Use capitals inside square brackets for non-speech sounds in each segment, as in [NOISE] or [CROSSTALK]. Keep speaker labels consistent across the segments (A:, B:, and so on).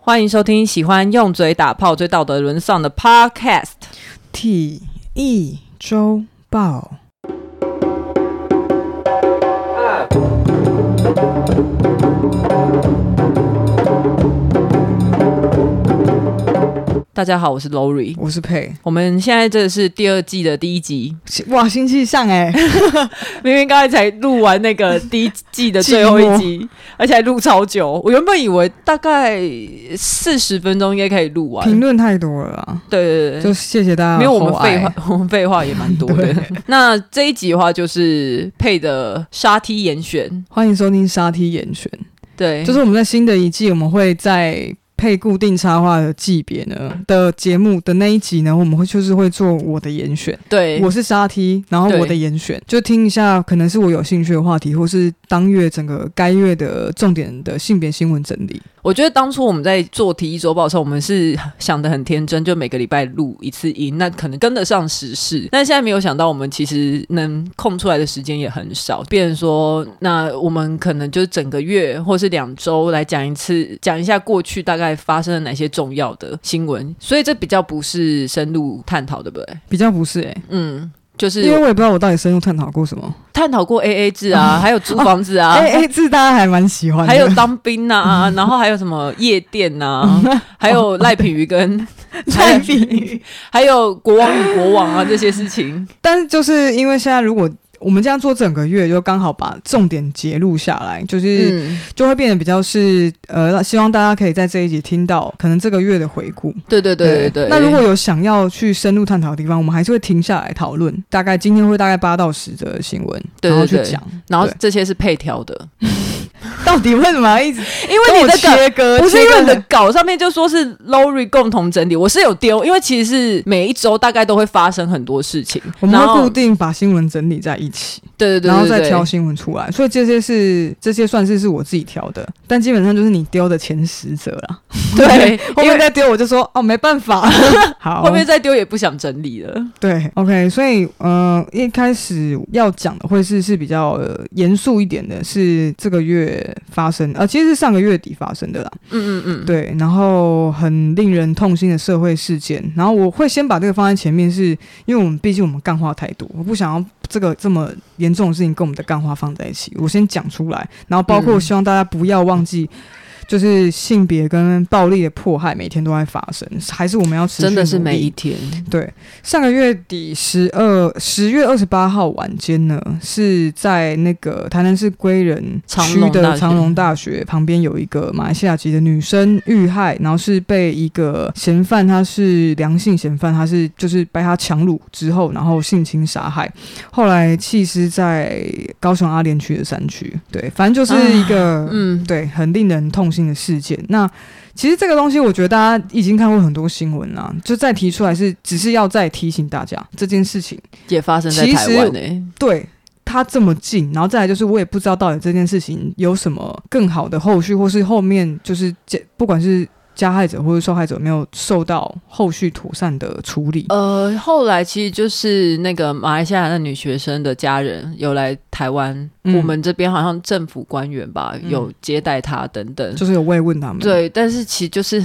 A: 欢迎收听喜欢用嘴打炮、最道德沦丧的 Podcast。
B: 体一周报。
A: 大家好，我是 Lori。
B: 我是佩，
A: 我们现在这是第二季的第一集，
B: 哇，新气象哎、
A: 明明刚才才录完那个第一季的最后一
B: [LAUGHS]
A: 集，而且还录超久。我原本以为大概四十分钟应该可以录完。
B: 评论太多了啦，
A: 对对对，
B: 就谢谢大家。
A: 没有，我们废话，， [LAUGHS] 我们废话也蛮多的
B: 对。
A: 那这一集的话，就是配的沙梯严选，
B: 欢迎收听沙梯严选，
A: 对，
B: 就是我们在新的一季，我们会在配固定插画的季别呢的节目的那一集呢，我们会就是会做我的严选，
A: 对，
B: 我是沙梯，然后
A: 哎对
B: 我的严选就听一下，可能是我有兴趣的话题，或是当月整个该月的重点的性别新闻整理。
A: 我觉得当初我们在做体育周报的时候，我们是想的很天真，就每个礼拜录一次音，那可能跟得上时事。但现在没有想到，我们其实能空出来的时间也很少。变成说，那我们可能就是整个月或是两周来讲一次，讲一下过去大概发生了哪些重要的新闻。所以这比较不是深入探讨，对不对？
B: 比较不是哎、
A: 嗯，就
B: 因为
A: 是
B: 我也不知道我到底深入探讨过什么。
A: 探讨过 A A 制啊，还有租房子
B: [LAUGHS]
A: 啊。
B: A A 制哎大家还蛮喜欢的，
A: 还
B: [LAUGHS]
A: 有当兵呐、 [LAUGHS] 啊，然后还有什么夜店呐、 [LAUGHS] 啊，还有赖品妤跟
B: 蔡比，
A: 还有国王与国王啊这些事情。
B: 但是就是因为现在如果我们这样做整个月，就刚好把重点截录下来，就是、
A: 嗯，
B: 就会变得比较是呃，希望大家可以在这一集听到可能这个月的回顾。
A: 对对对对对。
B: 那如果有想要去深入探讨的地方，我们还是会停下来讨论。大概今天会大概八到十则新闻，
A: 对
B: 然后
A: 对
B: 去
A: 对
B: 讲
A: 然后
B: 对
A: 这些是配调的，
B: 到底为什么要 [LAUGHS] 一直
A: 因为你
B: 跟我
A: 的稿
B: 切割，
A: 不是
B: 切
A: 因
B: 割
A: 为你的
B: 很
A: 稿上面就说是 Lori 共同整理，我是有丢，因为其实是每一周大概都会发生很多事情，
B: 我们
A: 然后
B: 会固定把新闻整理在一起。
A: 对对对对，
B: 然后再
A: 对
B: 挑新闻出来，所以这些是这些算是是我自己挑的，但基本上就是你丢的前十则啦。
A: [LAUGHS] 对
B: [LAUGHS] 后
A: 因为
B: 面再丢我就说哦没办
A: [LAUGHS]
B: 法，好，
A: 后面再丢也不想整理了。
B: 对，OK，所以嗯、呃一开始要讲的会是是比较呃严肃一点的，是这个月发生，呃其实是上个月底发生的啦，
A: 嗯嗯嗯，
B: 对，然后很令人痛心的社会事件，然后我会先把这个放在前面是，因为我们毕竟我们干话太多，我不想要这个这么严重的事情跟我们的干话放在一起，我先讲出来，然后包括
A: 嗯
B: 希望大家不要忘记，就是性别跟暴力的迫害每天都在发生，还是我们要持续
A: 真的是
B: 努力
A: 每一天。
B: 对，上个月底十二十月二十八号晚间呢，是在那个台南市归仁区
A: 长隆大
B: 的
A: 学
B: 长隆大学旁边有一个马来西亚籍的女生遇害，然后是被一个嫌犯，他是良性嫌犯，他是就是被他强掳之后，然后性侵杀害，后来弃尸在高雄阿莲区的山区。对，反正就是一个
A: 嗯，
B: 对，很令人痛心的事件。那其实这个东西，我觉得大家已经看过很多新闻啦，就再提出来是，只是要再提醒大家这件事情。
A: 也发生在
B: 其
A: 台
B: 实
A: 湾欸诶。
B: 对。它这么近，然后再来就是，我也不知道到底这件事情有什么更好的后续，或是后面就是这不管是加害者或者受害者有没有受到后续妥善的处理。
A: 呃，后来其实就是那个马来西亚的女学生的家人有来台湾，
B: 嗯
A: 我们这边好像政府官员吧、
B: 嗯
A: 有接待她等等。
B: 就是有慰问他们，，
A: 对，但是其实就是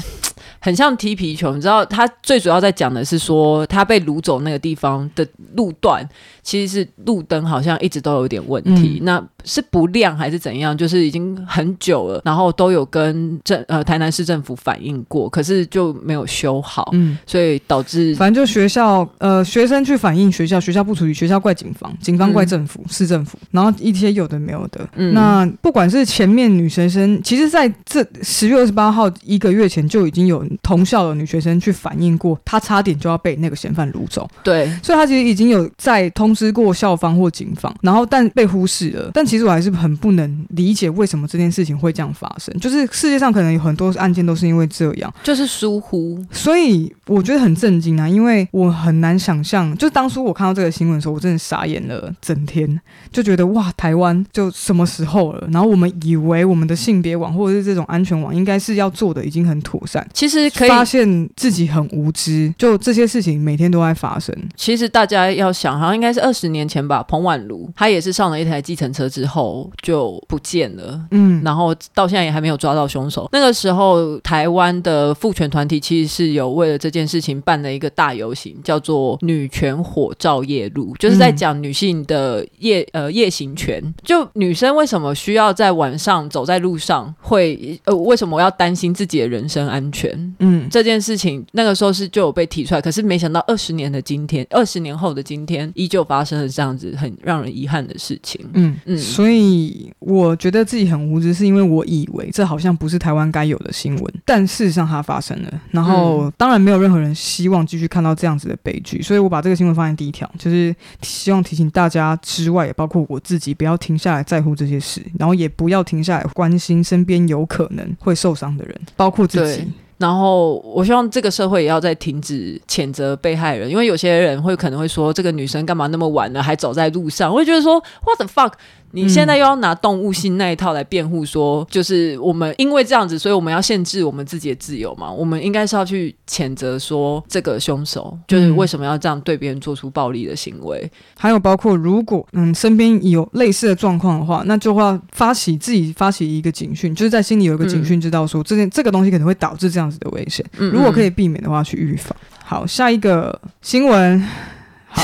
A: 很像踢皮球，你知道，她最主要在讲的是说，她被掳走那个地方的路段，其实是路灯好像一直都有一点问题，
B: 嗯
A: 那是不亮还是怎样？就是已经很久了，然后都有跟政呃台南市政府反映过，可是就没有修好，
B: 嗯，
A: 所以导致
B: 反正就学校，呃，学生去反映学校，学校不处理，学校怪警方，警方怪政府、市政府，然后一些有的没有的。
A: 嗯
B: 那不管是前面女学生，其实在这十月二十八号一个月前就已经有同校的女学生去反映过，她差点就要被那个嫌犯掳走，
A: 对
B: 所以她其实已经有在通知过校方或警方，然后但被忽视了。但其实我还是很不能理解为什么这件事情会这样发生，就是世界上可能有很多案件都是因为这样。
A: 就是疏忽，
B: 所以我觉得很震惊啊，因为我很难想象，就当初我看到这个新闻的时候，我真的傻眼了整天，就觉得哇，台湾就什么时候了？然后我们以为我们的性别网或者是这种安全网应该是要做的已经很妥善，
A: 其实可以
B: 发现自己很无知，就这些事情每天都在发生。
A: 其实大家要想，好像应该是二十年前吧，彭婉如她也是上了一台计程车之后就不见了。
B: 嗯，
A: 然后到现在也还没有抓到凶手。那个时候，台湾的父权团体其实是有为了这件事情办了一个大游行，叫做“女权火照夜路”，就是在讲女性的夜呃夜行权。就女生为什么需要在晚上走在路上会呃为什么要担心自己的人身安全？
B: 嗯，
A: 这件事情那个时候是就有被提出来，可是没想到二十年的今天，二十年后的今天，依旧发生了这样子很让人遗憾的事情。
B: 嗯
A: 嗯
B: 嗯，所以我觉得自己很无知，是因为我以为这好像不是台湾该有的新闻，但事实上它发生了。然后、
A: 嗯
B: 当然没有任何人希望继续看到这样子的悲剧，所以我把这个新闻放在第一条，就是希望提醒大家之外，也包括我自己，不要停下来在乎这些事，然后也不要停下来关心身边有可能会受伤的人，包括自己
A: 对。然后，我希望这个社会也要在停止谴责被害人，因为有些人会可能会说，这个女生干嘛那么晚了还走在路上？我会觉得说，what the fuck！你现在又要拿动物性那一套来辩护说，就是我们因为这样子，所以我们要限制我们自己的自由嘛？我们应该是要去谴责说这个凶手，就是为什么要这样对别人做出暴力的行为？
B: 还有包括，如果嗯身边有类似的状况的话，那就要发起自己发起一个警讯，就是在心里有一个警讯，知道说、这件这个东西可能会导致这样子的危险。
A: 嗯
B: 如果可以
A: 嗯
B: 避免的话，去预防。好，下一个新闻，好，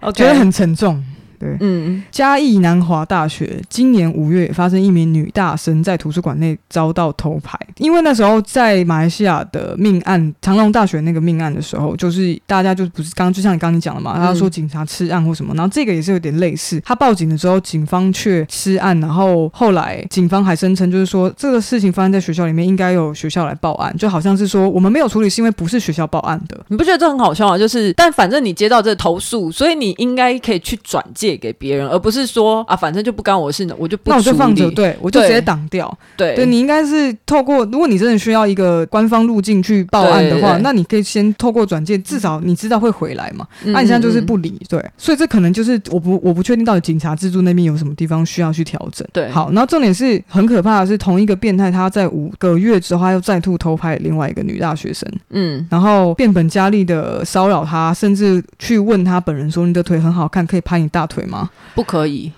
A: ，OK
B: 觉得很沉重。对，
A: 嗯，
B: 嘉义南华大学今年五月发生一名女大生在图书馆内遭到偷拍，因为那时候在马来西亚的命案，长隆大学那个命案的时候，就是大家就不是刚就像你刚刚你讲的嘛，
A: 嗯
B: 他说警察吃案或什么，然后这个也是有点类似，他报警了之后，警方却吃案，然后后来警方还声称就是说这个事情发生在学校里面，应该有学校来报案，就好像是说我们没有处理是因为不是学校报案的，
A: 你不觉得这很好笑吗？就是，但反正你接到这投诉，所以你应该可以去转介给别人，而不是说啊，反正就不干我事，我就不
B: 那我就
A: 处
B: 放
A: 理
B: 着，对我就
A: 对
B: 直接挡掉。
A: 对
B: 对你应该是透过，如果你真的需要一个官方路径去报案的
A: 对
B: 话，
A: 对对
B: 那你可以先透过转介，至少你知道会回来嘛。
A: 嗯
B: 那、你现在就是不理，对，所以这可能就是我不我不确定到底警察制度那边有什么地方需要去调整。
A: 对
B: 好，然后重点是很可怕的是，同一个变态他在五个月之后，他又再度偷拍另外一个女大学生，
A: 嗯
B: 然后变本加厉的骚扰她，甚至去问她本人说：“你的腿很好看，可以拍你大腿吗？”
A: 嗯不可 [LAUGHS] 以，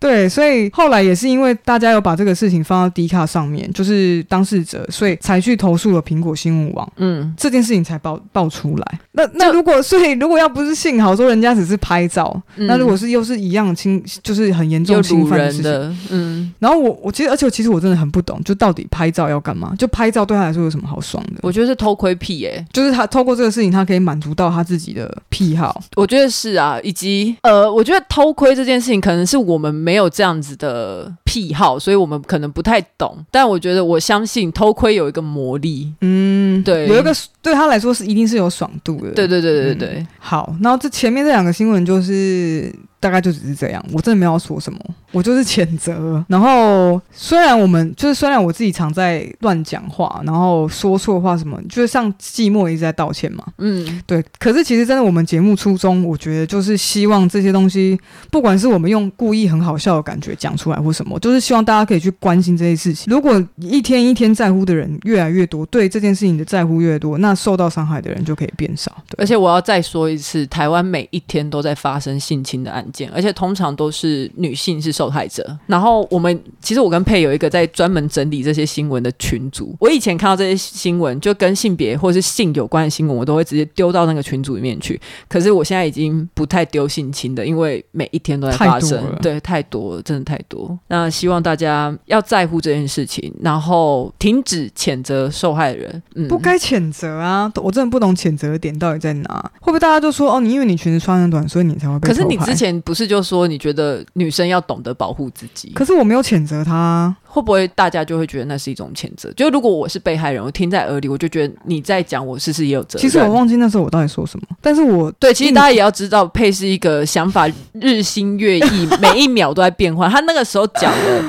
B: 对，所以后来也是因为大家有把这个事情放到 D 卡上面，就是当事者，所以才去投诉了苹果新闻网。
A: 嗯，
B: 这件事情才爆爆出来。那那如果所以如果要不是幸好说人家只是拍照，
A: 嗯
B: 那如果是又是一样侵，就是很严
A: 有
B: 重侵
A: 掳
B: 犯的
A: 人
B: 事情。
A: 的，嗯，
B: 然后我我其实而且其实我真的很不懂，就到底拍照要干嘛？就拍照对他来说有什么好爽的？
A: 我觉得是偷窥癖耶、
B: 就是他透过这个事情，他可以满足到他自己的癖好。
A: 我觉得是啊，以及呃，我觉得偷窥这件事情可能是我们没有这样子的癖好，所以我们可能不太懂，但我觉得我相信偷窥有一个魔力，
B: 嗯，
A: 对
B: 有一个对他来说是一定是有爽度的。
A: 对对对对对对，
B: 好，然后这前面这两个新闻就是大概就只是这样，我真的没有要说什么，我就是谴责。然后虽然我们就是虽然我自己常在乱讲话，然后说错话什么，就是像季末一直在道歉嘛，
A: 嗯
B: 对。可是其实真的我们节目初衷，我觉得就是希望这些东西，不管是我们用故意很好笑的感觉讲出来或什么，就是希望大家可以去关心这些事情。如果一天一天在乎的人越来越多，对这件事情的在乎越多，那受到伤害的人就可以变少。对
A: 而。且我要再说一次，台湾每一天都在发生性侵的案件，而且通常都是女性是受害者。然后我们其实我跟佩有一个在专门整理这些新闻的群组，我以前看到这些新闻，就跟性别或是性有关的新闻，我都会直接丢到那个群组里面去。可是我现在已经不太丢性侵的，因为每一天都在发
B: 太
A: 生
B: 多了，
A: 对，太多了，真的太多。那希望大家要在乎这件事情，然后停止谴责受害人。嗯，
B: 不该谴责啊！我真的不懂谴责的点到底在哪？会不会大家就说哦，你因为你裙子穿很短，所以你才会被
A: 可是
B: 偷
A: 你
B: 拍
A: 之，前不是就说你觉得女生要懂得保护自己，
B: 可是我没有谴责他啊，
A: 会不会大家就会觉得那是一种谴责？就如果我是被害人，我听在耳里，我就觉得你在讲我是不是也有责任？
B: 其实我忘记那时候我到底说什么，但是我
A: 对，其实大家也要知道，佩是一个想法日新月异，每一秒都在变换。他那个时候讲的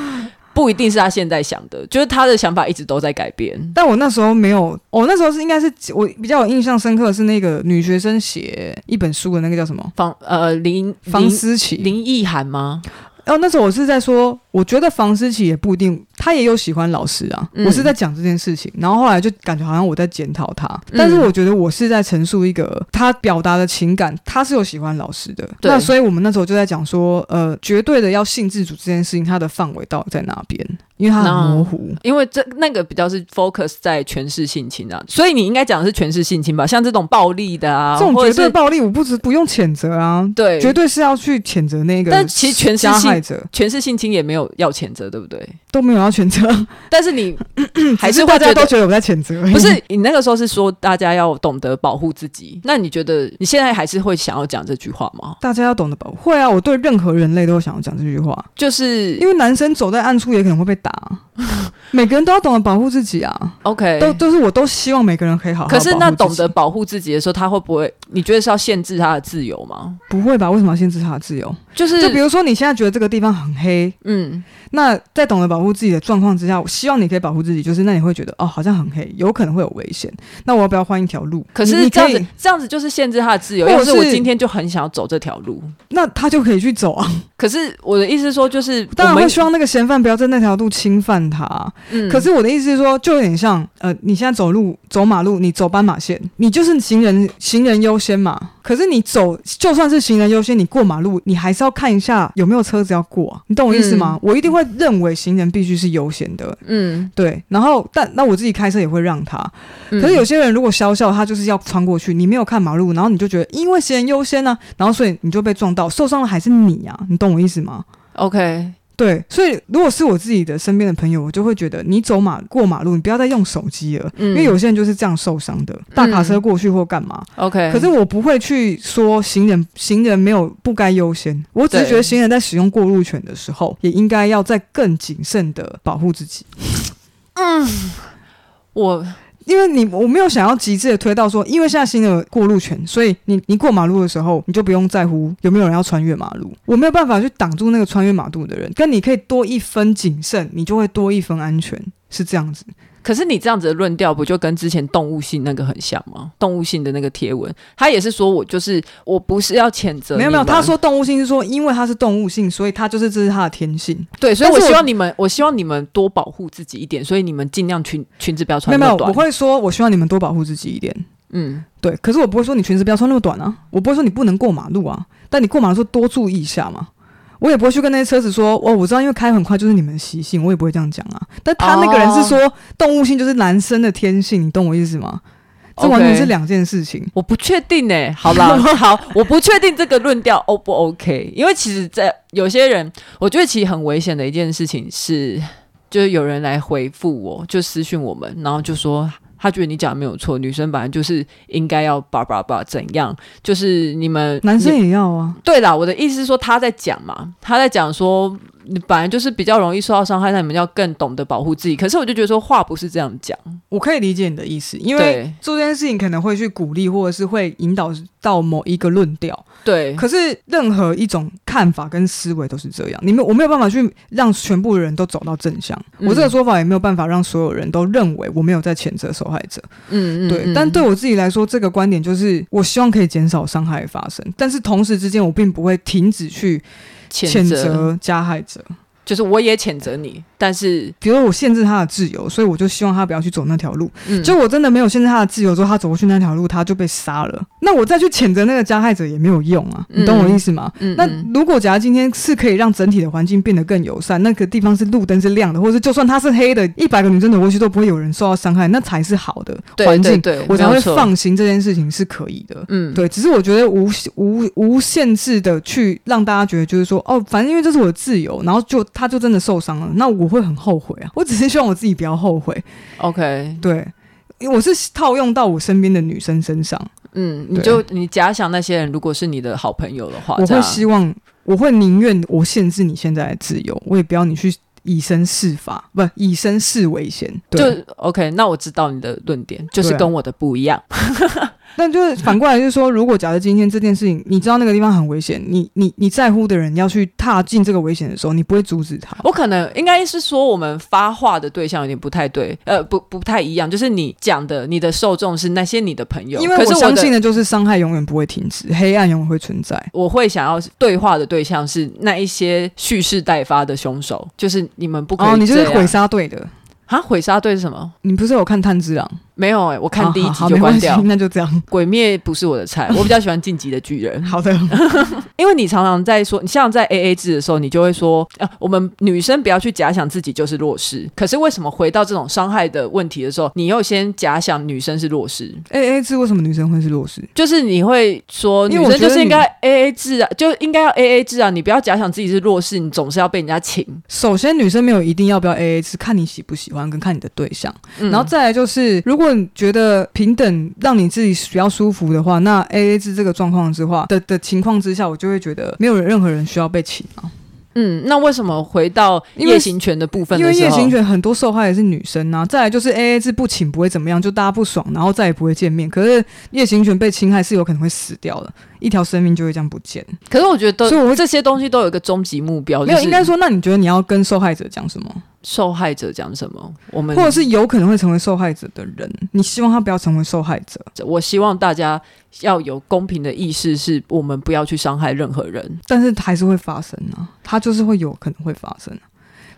A: 不一定是他现在想的，就是他的想法一直都在改变。
B: 但我那时候没有，我、那时候是应该是我比较有印象深刻的是那个女学生写一本书的那个叫什么
A: 方呃林
B: 房
A: 林
B: 思琪，
A: 林奕涵吗？
B: 哦，那时候我是在说，我觉得房思琪也不一定，他也有喜欢老师啊。
A: 嗯
B: 我是在讲这件事情，然后后来就感觉好像我在检讨他，
A: 嗯
B: 但是我觉得我是在陈述一个他表达的情感，他是有喜欢老师的。
A: 对
B: 那所以我们那时候就在讲说，呃，绝对的要性自主这件事情，它的范围到底在哪边？因为它很模糊。
A: 因为这那个比较是 focus 在权势性侵啊，所以你应该讲的是权势性侵吧？像这种暴力的啊，
B: 这种
A: 或者
B: 绝对
A: 是
B: 暴力，我不止不用谴责啊，
A: 对
B: 绝对是要去谴责那个。
A: 但其实全是
B: 加
A: 性
B: 害者
A: 权势性侵也没有要谴责，对不对？
B: 都没有要谴责，
A: 但是
B: [CLEARS THROAT]
A: 你还
B: 只是
A: 是
B: 大
A: 会
B: 家
A: 觉
B: 都
A: 得。
B: 觉得我在谴责而已。
A: 不是你那个时候是说大家要懂得保护自己，那你觉得你现在还是会想要讲这句话吗？
B: 大家要懂得保护。会啊，我对任何人类都想要讲这句话，
A: 就是
B: 因为男生走在暗处也可能会被
A: [LAUGHS]
B: 打，每个人都要懂得保护自己啊。
A: OK，
B: 都都是我都希望每个人可以好好保护
A: 可
B: 自己。
A: 是那懂得保护自己的时候，他会不会？你觉得是要限制他的自由吗？
B: 不会吧？为什么要限制他的自由？
A: 就是
B: 就比如说你现在觉得这个地方很黑，
A: 嗯，
B: 那在懂得保护自己的状况之下，我希望你可以保护自己，就是那你会觉得哦，好像很黑，有可能会有危险。那我要不要换一条路？
A: 可
B: 你
A: 是
B: 你
A: 这样
B: 可以
A: 子这样子就是限制他的自由。
B: 或者
A: 要是我
B: 是
A: 今天就很想要走这条路，
B: 那他就可以去走啊。
A: 可是我的意思是说，就是
B: 当然
A: 我
B: 会
A: 们
B: 希望那个嫌犯不要在那条路侵犯他、
A: 嗯
B: 可是我的意思是说，就有点像呃，你现在走路走马路，你走斑马线，你就是行人行人优先嘛。可是你走，就算是行人优先，你过马路，你还是要看一下有没有车子要过啊、你懂我意思吗？我一定会认为行人必须是优先的。
A: 嗯，
B: 对，然后但那我自己开车也会让他，
A: 嗯
B: 可是有些人如果消笑，他就是要穿过去，你没有看马路，然后你就觉得因为行人优先呢、然后所以你就被撞到，受伤的还是你啊，你懂我意思吗？
A: OK，
B: 对，所以如果是我自己的身边的朋友，我就会觉得你走马过马路，你不要再用手机了，
A: 嗯
B: 因为有些人就是这样受伤的，大卡车过去或干嘛。
A: OK，
B: 可是我不会去说行人行人没有不该优先，我只是
A: 对
B: 觉得行人在使用过路权的时候，也应该要再更谨慎的保护自己。
A: 我
B: 因为你我没有想要极致的推到说，因为现在新的过路权，所以你你过马路的时候，你就不用在乎有没有人要穿越马路。我没有办法去挡住那个穿越马路的人，跟你可以多一分谨慎，你就会多一分安全，是这样子。
A: 可是你这样子的论调，不就跟之前动物性那个很像吗？动物性的那个贴文，他也是说我就是我不是要谴责你们，
B: 没有没有，他说动物性是说，因为它是动物性，所以它就是这是它的天性。
A: 对，所以
B: 但
A: 我
B: 是我
A: 希望你们，我希望你们多保护自己一点，所以你们尽量裙裙子不要
B: 没
A: 穿
B: 有没
A: 那么
B: 有，
A: 短。
B: 我会说，我希望你们多保护自己一点。
A: 嗯，
B: 对，可是我不会说你裙子不要穿那么短啊，我不会说你不能过马路啊，但你过马路的时候多注意一下嘛。我也不会去跟那些车子说，哦，我知道，因为开很快就是你们的习性，我也不会这样讲啊。但他那个人是说，
A: 哦
B: 动物性就是男生的天性，你懂我意思吗？这
A: OK
B: 完全是两件事情。
A: 我不确定哎、好
B: [LAUGHS]
A: 啦，好，我不确定这个论调 O 不 OK，因为其实在有些人，我觉得其实很危险的一件事情是，就是有人来回复我，就私讯我们，然后就说。他觉得你讲的没有错，女生本来就是应该要叭叭叭怎样，就是你们
B: 男
A: 你
B: 生也要啊，
A: 对啦，我的意思是说他在讲嘛，他在讲说你本来就是比较容易受到伤害，那你们要更懂得保护自己。可是我就觉得说话不是这样讲，
B: 我可以理解你的意思，因为
A: 对
B: 做这件事情可能会去鼓励，或者是会引导到某一个论调。
A: 对
B: 可是任何一种看法跟思维都是这样，你没有我没有办法去让全部的人都走到正向，
A: 嗯
B: 我这个说法也没有办法让所有人都认为我没有在谴责受害者。
A: 嗯嗯，
B: 对，
A: 嗯
B: 但对我自己来说，这个观点就是我希望可以减少伤害发生，但是同时之间我并不会停止去谴
A: 谴责
B: 责加害者。
A: 就是我也谴责你，但是
B: 比如说我限制他的自由，所以我就希望他不要去走那条路。
A: 嗯
B: 就我真的没有限制他的自由之后，他走过去那条路，他就被杀了。那我再去谴责那个加害者也没有用啊，你懂我意思吗？
A: 嗯
B: 那
A: 嗯
B: 如果假如今天是可以让整体的环境变得更友善，那个地方是路灯是亮的，或者是就算它是黑的，一百个女生走过去都不会有人受到伤害，那才是好的
A: 对
B: 环境，
A: 对对
B: 我才
A: 没
B: 会
A: 有错
B: 放心这件事情是可以的。
A: 嗯
B: 对，只是我觉得无无无限制的去让大家觉得，就是说，哦，反正因为这是我的自由，然后就他就真的受伤了，那我会很后悔啊。我只是希望我自己不要后悔。
A: OK，
B: 对，因为我是套用到我身边的女生身上，
A: 嗯，你
B: 对
A: 就你假想那些人如果是你的好朋友的话，
B: 我
A: 这
B: 会
A: 样
B: 希望，我会宁愿我限制你现在的自由，我也不要你去以身试法，不以身试为先。
A: 就
B: 对，
A: OK，那我知道你的论点，就是
B: 对啊
A: 跟我的不一样。
B: 但就是反过来就是说，如果假设今天这件事情，你知道那个地方很危险，你你你在乎的人要去踏进这个危险的时候，你不会阻止他。
A: 我可能应该是说，我们发话的对象有点不太对，呃，不不太一样。就是你讲的，你的受众是那些你的朋友，
B: 因为
A: 可
B: 我
A: 是
B: 相
A: 的
B: 信的就是伤害永远不会停止，黑暗永远会存在。
A: 我会想要对话的对象是那一些蓄势待发的凶手，就是你们不可以这
B: 哦，
A: 样。
B: 你就是毁杀队的，
A: 啊？毁杀队是什么？
B: 你不是有看《炭治郎》？
A: 没有哎、我看第一
B: 好
A: 集
B: 好
A: 就
B: 没
A: 关
B: 关系
A: 掉。，
B: 那就这样。
A: 鬼灭不是我的
B: [LAUGHS]
A: 菜，我比较喜欢晋级的巨人。[LAUGHS]
B: 好的，
A: 因为你常常在说，你像在 A A 制的时候，你就会说，呃，我们女生不要去假想自己就是弱势。可是为什么回到这种伤害的问题的时候，你又先假想女生是弱势？
B: A A 制为什么女生会哎是弱势？
A: 就是你会说，
B: 因
A: 女
B: 为我
A: 生
B: 觉
A: 就
B: 得
A: 是应
B: 你
A: 该 A A 制啊，就应该要 A A 制啊，你不要假想自己是弱势，你总是要被人家请。
B: 首先，女生没有一定要不要 A A 制，看你喜不喜欢跟看你的对象。
A: 嗯
B: 然后再来就是，如果你觉得平等让你自己比较舒服的话，那 A A 制这个状况之话的的情况之下，我就会觉得没有任何人需要被请啊，
A: 嗯，那为什么回到
B: 因为
A: 夜行权的部分
B: 因
A: 的
B: 为
A: 时
B: 夜
A: 候？
B: 行权很多受害的是女生啊。再来就是 A A 制不请不会怎么样，就大家不爽，然后再也不会见面。可是夜行权被侵害是有可能会死掉的，一条生命就会这样不见。
A: 可是我觉得
B: 所以我会
A: 这些东西都有一个终极目标，
B: 没
A: 哦
B: 有，
A: 就是
B: 应该说，那你觉得你要跟受害者讲什么，
A: 受害者讲什么，我们
B: 或者是有可能会成为受害者的人，你希望他不要成为受害者？
A: 我希望大家要有公平的意识，是我们不要去伤害任何人。
B: 但是还是会发生啊，它就是会有可能会发生、啊。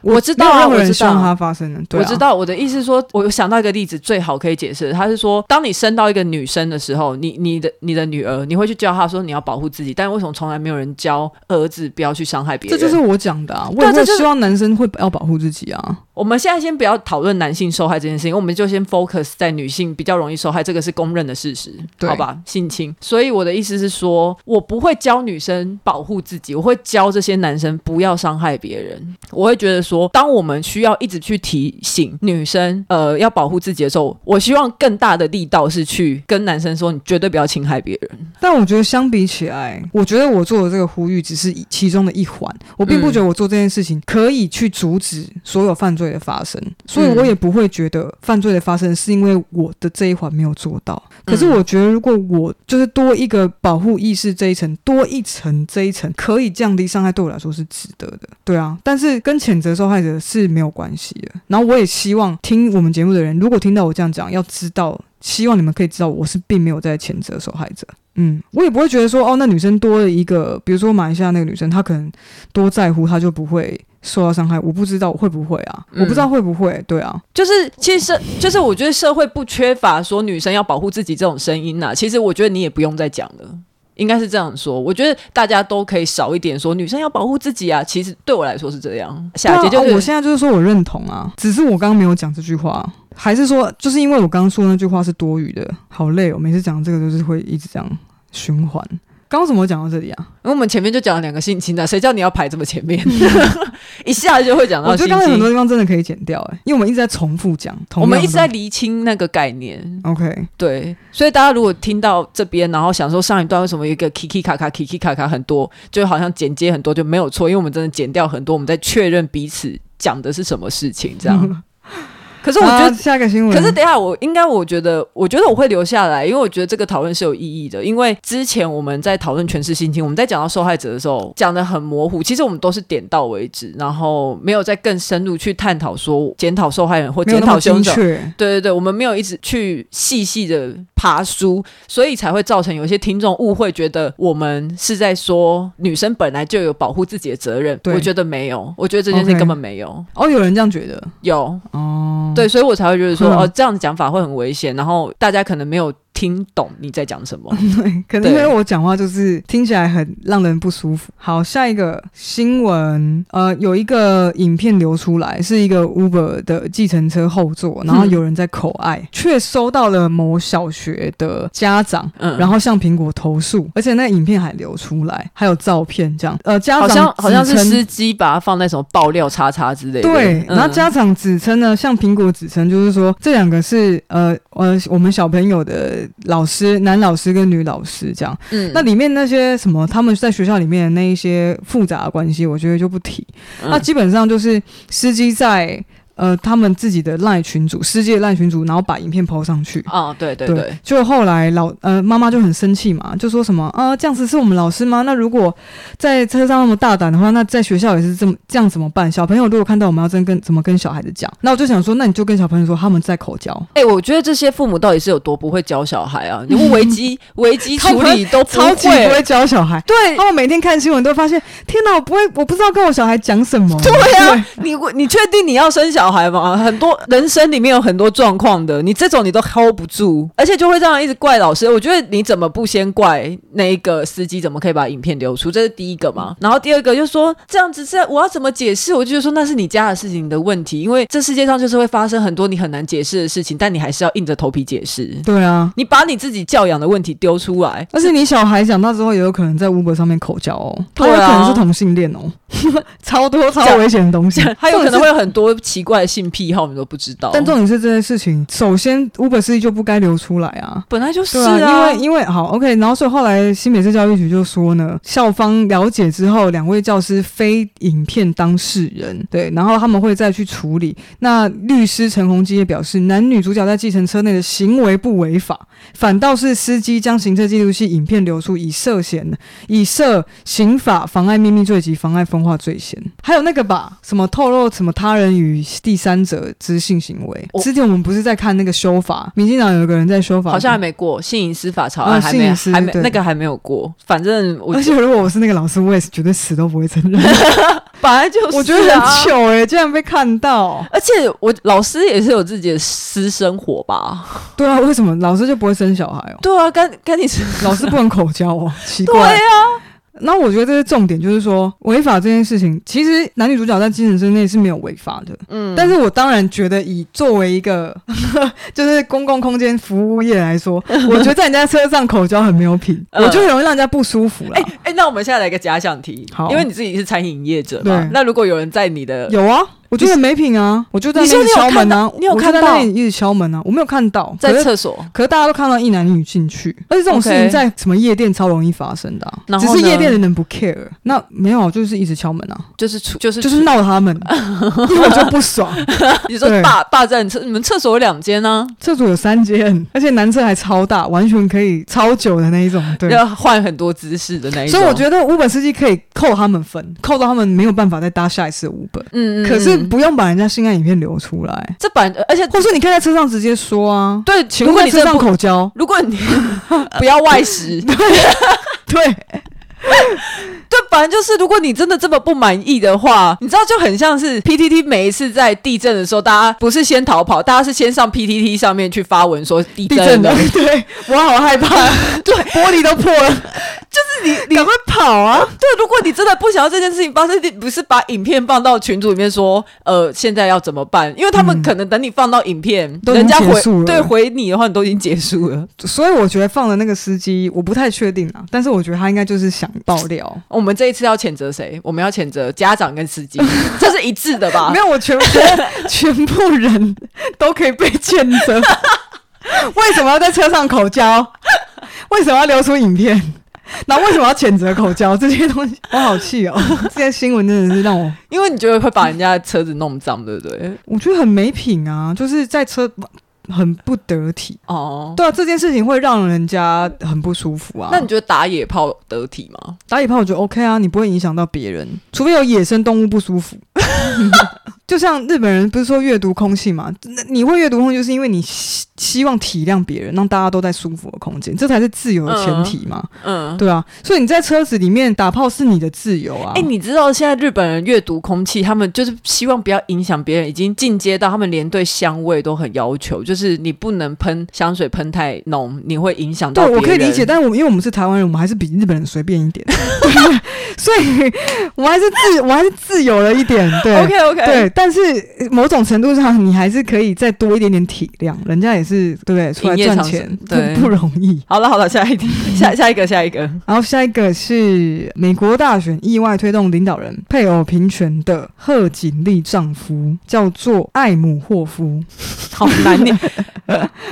A: 我知道啊
B: 没有任何
A: 我
B: 人
A: 知
B: 希
A: 道
B: 望它发生的，对、啊，
A: 我知。道我的意思是说，我有想到一个例子，最好可以解释的。他是说，当你生到一个女生的时候，你你的你的女儿，你会去教她说你要保护自己，但为什么从来没有人教儿子不要去伤害别
B: 这
A: 人？
B: 就是我讲的啊，我也
A: 对这
B: 会
A: 就是
B: 希望男生会要保护自己啊。
A: 我们现在先不要讨论男性受害这件事情，我们就先 focus 在女性比较容易受害，这个是公认的事实，
B: 对
A: 好吧？性侵。所以我的意思是说，我不会教女生保护自己，我会教这些男生不要伤害别人。我会觉得说，当我们需要一直去提醒女生，呃，要保护自己的时候，我希望更大的力道是去跟男生说，你绝对不要侵害别人。
B: 但我觉得相比起来，我觉得我做的这个呼吁只是一其中的一环，我并
A: 嗯
B: 不觉得我做这件事情可以去阻止所有犯罪的发生，所以
A: 嗯
B: 我也不会觉得犯罪的发生是因为我的这一环没有做到。可是
A: 嗯
B: 我觉得，如果我就是多一个保护意识这一层，多一层这一层，可以降低伤害，对我来说是值得的。对啊，但是跟谴责受害者是没有关系的。然后我也希望听我们节目的人，如果听到我这样讲，要知道，希望你们可以知道，我是并没有在谴责受害者。嗯，我也不会觉得说，哦，那女生多了一个，比如说马来西亚那个女生，她可能多在乎，她就不会受到伤害。我不知道我会不会啊，
A: 嗯
B: 我不知道会不会，对啊，
A: 就是其实就是我觉得社会不缺乏说女生要保护自己这种声音呐、其实我觉得你也不用再讲了。应该是这样说，我觉得大家都可以少一点说女生要保护自己啊。其实对我来说是这样，
B: 对
A: 夏姐
B: 啊
A: 就
B: 哦我
A: 是、
B: 现在就是说我认同啊，只是我刚刚没有讲这句话，还是说就是因为我刚刚说那句话是多余的，好累哦，每次讲这个就是会一直这样循环。刚刚怎么讲到这里啊？
A: 因为我们前面就讲了两个性侵的，谁叫你要排这么前
B: [LAUGHS]
A: 面？一下就会讲
B: 我
A: 到
B: 觉
A: 性
B: 得刚才很多
A: 侵。
B: 地方真的可以剪掉、欸，因为我们一直在重复讲，同
A: 我
B: 样的
A: 们一直在
B: 东
A: 厘清那个概念，
B: 西 OK，
A: 对，所以大家如果听到这边，然后想说上一段为什么有一个 kiki 卡卡 kiki 卡卡很多，就好像剪接很多就没有错，因为我们真的剪掉很多，我们在确认彼此讲的是什么事情这
B: [LAUGHS]
A: 样。可是我觉
B: 啊
A: 得
B: 下一个新闻，
A: 可是等一下，我应该我觉得，我觉得我会留下来，因为我觉得这个讨论是有意义的。因为之前我们在讨论权势性侵，我们在讲到受害者的时候，讲的很模糊。其实我们都是点到为止，然后没有再更深入去探讨说检讨受害人或
B: 没有
A: 检
B: 那么
A: 讨凶
B: 精
A: 手。
B: 确，
A: 对对对，我们没有一直去细细的爬书，所以才会造成有些听众误会，觉得我们是在说女生本来就有保护自己的责任。
B: 对
A: 我觉得没有，我觉得这件事情
B: OK
A: 根本没有。
B: 哦，有人这样觉得
A: 有，
B: 哦，
A: 对，所以我才会觉得说，
B: 嗯
A: 哦，这样的讲法会很危险，然后大家可能没有听懂你在讲什
B: [LAUGHS]
A: 么。
B: 对，可能因为我讲话就是听起来很让人不舒服。好，下一个新闻，呃，有一个影片流出来，是一个 Uber 的计程车后座，然
A: 嗯
B: 后有人在口爱，却收到了某小学的家长。
A: 嗯，
B: 然后向苹果投诉，而且那影片还流出来，还有照片这样。呃，家长
A: 好像
B: 指
A: 好像是
B: 称
A: 司机把它放在什么爆料叉叉之类的。
B: 对，
A: 嗯
B: 然后家长指称呢，像苹果指称，就是说这两个是呃呃我们小朋友的老师，男老师跟女老师这样。
A: 嗯
B: 那里面那些什么，他们在学校里面的那一些复杂的关系，我觉得就不提。那
A: 嗯
B: 基本上就是司机在。呃他们自己的赖群主，世界赖群主，然后把影片抛上去。
A: 啊、对对对，
B: 就后来老呃妈妈就很生气嘛，就说什么啊、这样子是我们老师吗？那如果呃在车上那么大胆的话，那在学校也是这么这样怎么办？小朋友如果看到我们要真跟怎么跟小孩子讲，那我就想说，那你就跟小朋友说他们在口交，
A: 哎、我觉得这些父母到底是有多不会教小孩啊？你问危
B: [LAUGHS]
A: 机危机处理都不
B: 超级不
A: 会，
B: 会教小孩。
A: 对
B: [LAUGHS] 他们每天看新闻都发现，天哪，我不会，我不知道跟我小孩讲什么。
A: 对啊，你你确定你要生小孩吗？很多人生里面有很多状况的，你这种你都 hold 不住，而且就会这样一直怪老师。我觉得你怎么不先怪那一个司机，怎么可以把影片流出？这是第一个嘛。然后第二个就说这样子，这我要怎么解释？我就觉得说那是你家的事情，你的问题，因为这世界上就是会发生很多你很难解释的事情，但你还是要硬着头皮解释。
B: 对啊，
A: 你把你自己教养的问题丢出
B: [LAUGHS]
A: 来，
B: 而且你小孩长大之后也有可能在 Uber 上面口交哦，他
A: 对
B: 有
A: 啊
B: 可能是同性恋哦，超多
A: 这
B: 超
A: 样
B: 危险的东西，
A: 还有可能
B: 重点
A: 会
B: 是。
A: 有很多奇怪的性癖好，你都不知道。
B: 但重点是这件事情，首先 Uber 司机就不该流出来啊。
A: 本来就是
B: 对啊，因为因为好 OK，然后所以后来新北市教育局就说呢，校方了解之后，两位教师非影片当事人，对，然后他们会再去处理。那律师陈宏基也表示，男女主角在计程车内的行为不违法，反倒是司机将行车记录器影片流出，以涉嫌以涉刑法妨碍秘密罪及妨碍风化罪嫌。还有那个吧，什么透露什么他人与第三者之性行为。
A: 哦
B: 之前我们不是在看那个修法，民进党有一个人在修法，
A: 好像还没过性隐私法草案，
B: 啊
A: 还没
B: 性隐私
A: 还没
B: 对
A: 那个还没有过。反正我
B: 而且如果我是那个老师，我也是绝对死都不会承认。
A: [LAUGHS] 本来就是、
B: 哦
A: 啊
B: 我觉得很。糗哎、竟然被看到。
A: 而且我老师也是有自己的私生活吧？？
B: 对啊，为什么老师就不会生小孩哦
A: [LAUGHS] 对啊，跟跟你说，
B: 老师不能口
A: [LAUGHS]
B: 交哦，奇
A: 对
B: 怪。
A: 啊，
B: 那我觉得这是重点，就是说违法这件事情，其实男女主角在精神之内是没有违法的。
A: 嗯，
B: 但是我当然觉得，以作为一个 [LAUGHS] 就是公共空间服务业
A: [LAUGHS]
B: 来说，我觉得在人家车上口交很没有品，
A: 嗯
B: 我就很容易让人家不舒服了
A: 哎。哎、那我们现在来个假想题，
B: 好
A: 因为你自己是餐饮业者嘛
B: 对，
A: 那如果有人在你的
B: 有啊，我觉得没品啊，我就在那
A: 你说
B: 里
A: 你有
B: 敲门
A: 看
B: 啊
A: 到，你有
B: 我就
A: 看
B: 在那
A: 到
B: 里一直敲门啊，我没有看到，可
A: 在
B: 是
A: 厕所，
B: 可是大家都看到一男一女进去，而且这种事
A: OK
B: 情在什么夜店超容易发生的啊、
A: 然后
B: 只
A: 呢
B: 是夜店的人不 care。那没有，就是一直敲门啊，
A: 就是出就是
B: 就
A: 出
B: 是闹
A: [LAUGHS]
B: 他们，因为我就不爽。
A: 你说
B: 对
A: 霸霸占厕，你们厕所有两间啊呢、
B: 厕所有三间，而且男厕还超大，完全可以超久的那一种。对，
A: 要换很多姿势的那一种。
B: 所以我觉得 Uber 司机可以扣他们分，扣到他们没有办法再搭下一次 Uber，、
A: 嗯，嗯
B: 可是
A: 嗯
B: 不用把人家性爱影片流出来，
A: 这版，而且
B: 或是你可以在车上直接说啊。
A: 对，
B: 请
A: 如果
B: 问在
A: 你
B: 车
A: 真的
B: 上
A: 不，[LAUGHS]
B: 口交？
A: 如果你 [LAUGHS] 呃不要外
B: [LAUGHS]
A: 食，
B: 对，
A: [LAUGHS] 对，反正就是，如果你真的这么不满意的话，你知道就很像是 PTT 每一次在地震的时候，大家不是先逃跑，大家是先上 PTT 上面去发文说地
B: 地
A: 震
B: 震
A: 了
B: 了， [LAUGHS] 对我好害怕， [LAUGHS] 对，玻璃都破了， [LAUGHS] 就是你你赶快跑啊！
A: [LAUGHS] 对，如果你真的不想要这件事情发生，你不是把影片放到群组里面说，呃，现在要怎么办？因为他们
B: 嗯
A: 可能等你放到影片，
B: 都已
A: 人
B: 经
A: 家
B: 结
A: 回
B: 束了
A: 对回你的话，你都已经结束了。
B: 所以我觉得放的那个司机，我不太确定啊，但是我觉得他应该就是想爆料。
A: 我们这一次要谴责谁？我们要谴责家长跟 [LAUGHS] 司机，这是一致的吧
B: 没？有，我全觉 [LAUGHS] 得全部人都可以被谴 [LAUGHS] 责。为什么要在车上口交？为什么要流出影片？然后为什么要谴责口交这些东西？我好气 [LAUGHS] 哦！这些新闻真的是让我，
A: 因为你觉得会把人家的车子弄脏，对不对？
B: 我觉得很没品啊，就是在车很不得体。
A: 哦，
B: 对啊，这件事情会让人家很不舒服啊。
A: 那你觉得打野炮得体吗？
B: 打野炮我觉得 OK 啊，你不会影响到别人，除非有野生动物不舒
A: [LAUGHS]
B: 服。就像日本人不是说阅读空气嘛？那你会阅读空气，就是因为你希希望体谅别人，让大家都在舒服的空间，这才是自由的前提嘛，
A: 嗯。
B: 对啊。所以你在车子里面打炮是你的自由啊。
A: 哎、你知道现在日本人阅读空气，他们就是希望不要影响别人，已经进阶到他们连对香味都很要求，就是你不能喷香水喷太浓，你会影响到
B: 对，
A: 别人。
B: 我可以理解，但我们因为我们是台湾人，我们还是比日本人随便一点，所以我还是自我还是自由了一点，对。
A: OK OK，
B: 对，但是呃某种程度上，你还是可以再多一点点体谅，人家也是对不对？出来
A: 营业
B: 赚
A: 场
B: 钱
A: 所
B: 不
A: 对
B: 不容易。
A: 好了好了，下一题，下下一个下一个，
B: 然后下一个是美国大选意外推动领导人配偶平权的贺锦丽丈夫，叫做艾姆霍夫。
A: 好难 [LAUGHS] 念，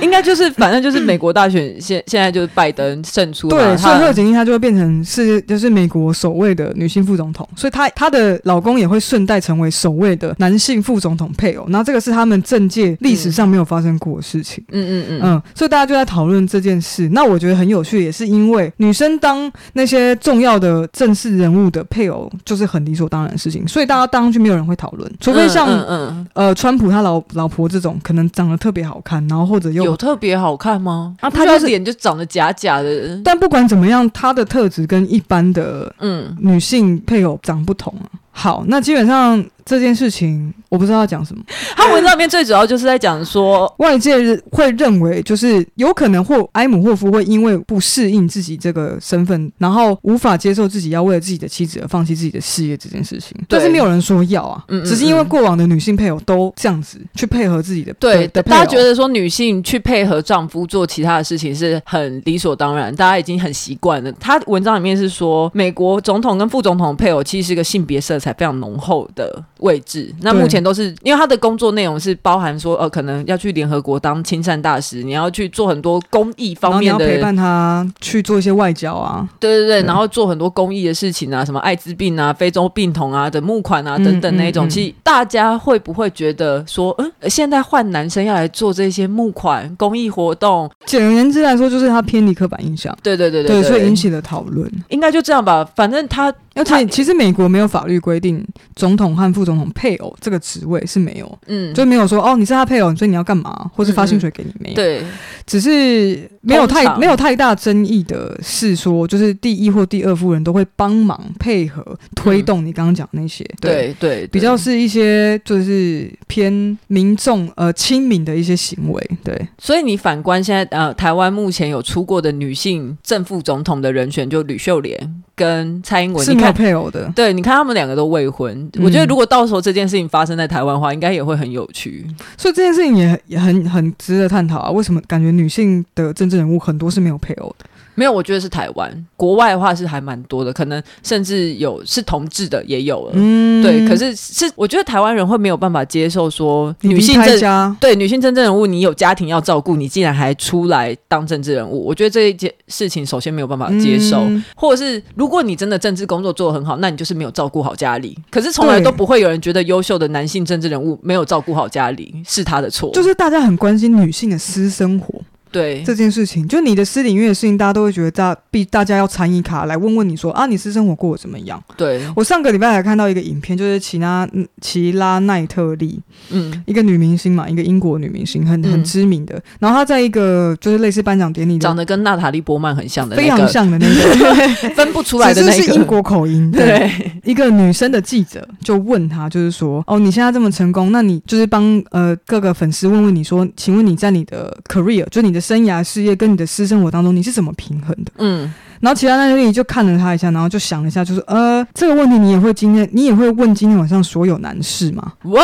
A: 应该就是反正就是美国大选现现在就是拜登胜出嘛
B: 对，所以
A: 他
B: 贺锦丽她就会变成是就是美国首位的女性副总统，所以她她的老公也会顺带成成为首位的男性副总统配偶。那这个是他们政界历史上没有发生过的事情。
A: 嗯嗯嗯，
B: 嗯，所以大家就在讨论这件事。那我觉得很有趣，也是因为女生当那些重要的正式人物的配偶，就是很理所当然的事情，所以大家当上去没有人会讨论，除非像、
A: 嗯嗯
B: 呃川普他老老婆这种，可能长得特别好看，然后或者
A: 嗯
B: 又
A: 有特别好看吗？
B: 啊
A: 不
B: 他
A: 知道
B: 就是
A: 脸就长得假假的，
B: 但不管怎么样，她的特质跟一般的
A: 嗯
B: 女性配偶长不同啊。好，那基本上这件事情我不知道要讲什么。，
A: 他文章里面最主要就是在讲说，
B: 外界会认为，就是有可能或埃姆霍夫会因为不适应自己这个身份，然后无法接受自己要为了自己的妻子而放弃自己的事业这件事情。
A: 对
B: 但是没有人说要啊，
A: 嗯嗯
B: 只是因为
A: 嗯
B: 过往的女性配偶都这样子去配合自己的
A: 对，
B: 的的配
A: 大家
B: 偶
A: 觉得说女性去配合丈夫做其他的事情是很理所当然，大家已经很习惯了。他文章里面是说，美国总统跟副总统配偶其实是一个性别色彩非常浓厚的位置。那
B: 对
A: 目前都是因为他的工作内容是包含说，呃，可能要去联合国当亲善大使，你要去做很多公益
B: 然
A: 方
B: 后你
A: 面
B: 要
A: 的
B: 陪伴他去做一些外交啊，
A: 对对对，
B: 对
A: 然后做很多公益的事情啊，什么艾滋病啊、非洲病童啊的募款啊
B: 嗯
A: 等等那一种，
B: 嗯嗯
A: 其实大家会不会觉得说，嗯，现在换男生要来做这些募款公益活动？
B: 简而言之来说，就是他偏离刻板印象，
A: 对对对
B: 对，
A: 对，
B: 所以引起了讨论。
A: 应该就这样吧。反正他
B: 而且，其实美国没有法律规定总统和副总统配偶这个职位是没有，
A: 嗯，
B: 就没有说哦，你是他配偶，所以你要干嘛，或是发薪水给你没有。
A: 对，
B: 只是没有
A: 通
B: 太
A: 常
B: 没有太大争议的是说，就是第一或第二夫人都会帮忙配合推动你刚刚讲的那些，
A: 对对对，
B: 比较是一些就是偏民众呃亲民的一些行为，对，
A: 所以你反观现在呃，台湾目前有出过的女性正副总统的人选，就吕秀莲跟蔡英文，
B: 是
A: 你
B: 没有
A: 看
B: 配偶的。
A: 对，你看他们两个都未婚，
B: 嗯
A: 我觉得如果到时候这件事情发生在台湾的话，应该也会很有趣。
B: 所以这件事情也也很很值得探讨啊。为什么感觉女性的政治人物很多是没有配偶的？
A: 没有，我觉得是台湾，国外的话是还蛮多的，可能甚至有是同志的也有了。
B: 嗯
A: 对，可是是我觉得台湾人会没有办法接受说
B: 你
A: 女
B: 离
A: 性
B: 开
A: 政
B: 家，
A: 对女性真正人物，你有家庭要照顾，你竟然还出来当政治人物，我觉得这一件事情首先没有办法啊接受，
B: 嗯
A: 或者是如果你真的政治工作做得很好，那你就是没有照顾好家里。可是从来
B: 对
A: 都不会有人觉得优秀的男性政治人物没有照顾好家里是他的错，
B: 就是大家很关心女性的私生活
A: 对
B: 这件事情，就你的私领域的事情，大家都会觉得大必大家要参一卡来问问你说啊，你私生活过得怎么样？
A: 对，
B: 我上个礼拜还看到一个影片，就是齐拉嗯齐拉奈特利，
A: 嗯，
B: 一个女明星嘛，一个英国女明星，很很
A: 嗯
B: 知名的。然后她在一个就是类似颁奖典礼
A: 长
B: 的，
A: 得跟娜塔莉波曼很像的、那个，
B: 非常像的
A: [LAUGHS]
B: 那个，
A: 分不出来的
B: [LAUGHS] 只
A: 那
B: 是
A: 一
B: 是
A: 个。
B: 英国口音，对。 [LAUGHS]
A: 对，
B: 一个女生的记者就问她，就是说，哦，你现在这么成功，那你就是帮呃各个粉丝问问你说，请问你在你的 career，就是你的生涯事业跟你的私生活当中，你是怎么平衡的？
A: 嗯，
B: 然后其他那里就看了她一下，然后就想了一下，就是呃，这个问题你也会今天，你也会问今天晚上所有男士吗？
A: 哇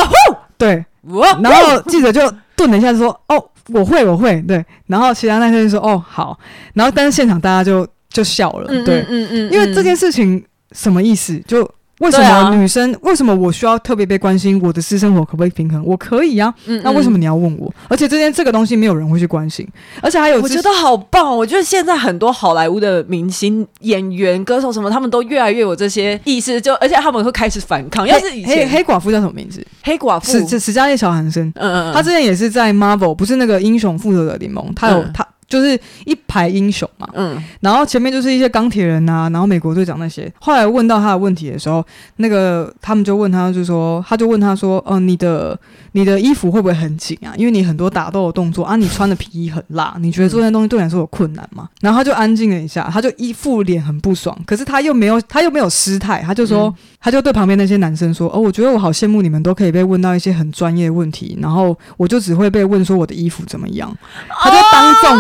B: 对，
A: 哇，
B: 然后记者就顿了一下，就说，哦，我会，我会，对。然后其他那些就说，哦，好。然后但是现场大家就就笑了，
A: 嗯
B: 对
A: 嗯，嗯嗯，
B: 因为这件事情什么意思？就为什
A: 对啊
B: 么女生、为什么我需要特别被关心我的私生活可不可以平衡？我可以啊，
A: 嗯，嗯
B: 那为什么？你要问我？而且这件这个东西没有人会去关心，而且还有
A: 我
B: 之
A: 觉得好棒！我觉得现在很多好莱坞的明星、演员、歌手什么，他们都越来越有这些意识，就而且他们会开始反抗。要是以
B: 黑
A: 前
B: 黑寡妇叫什么名字？
A: 黑寡妇，
B: 史史嘉丽·小韩森，
A: 嗯嗯，
B: 她之前也是在 Marvel，不是那个英雄复仇者联盟，她有
A: 嗯
B: 她。就是一排英雄嘛，
A: 嗯
B: 然后前面就是一些钢铁人啊，然后美国队长那些。后来问到他的问题的时候，那个他们就问他，就说他就问他说，嗯、你的你的衣服会不会很紧啊？因为你很多打斗的动作啊，你穿的皮衣很辣，你觉得做那东西对你来说有困难吗？然后他就安静了一下，他就一副脸很不爽，可是他又没有他又没有失态，他就说、
A: 嗯
B: 他就对旁边那些男生说，哦，我觉得我好羡慕你们都可以被问到一些很专业的问题，然后我就只会被问说我的衣服怎么样，他就当众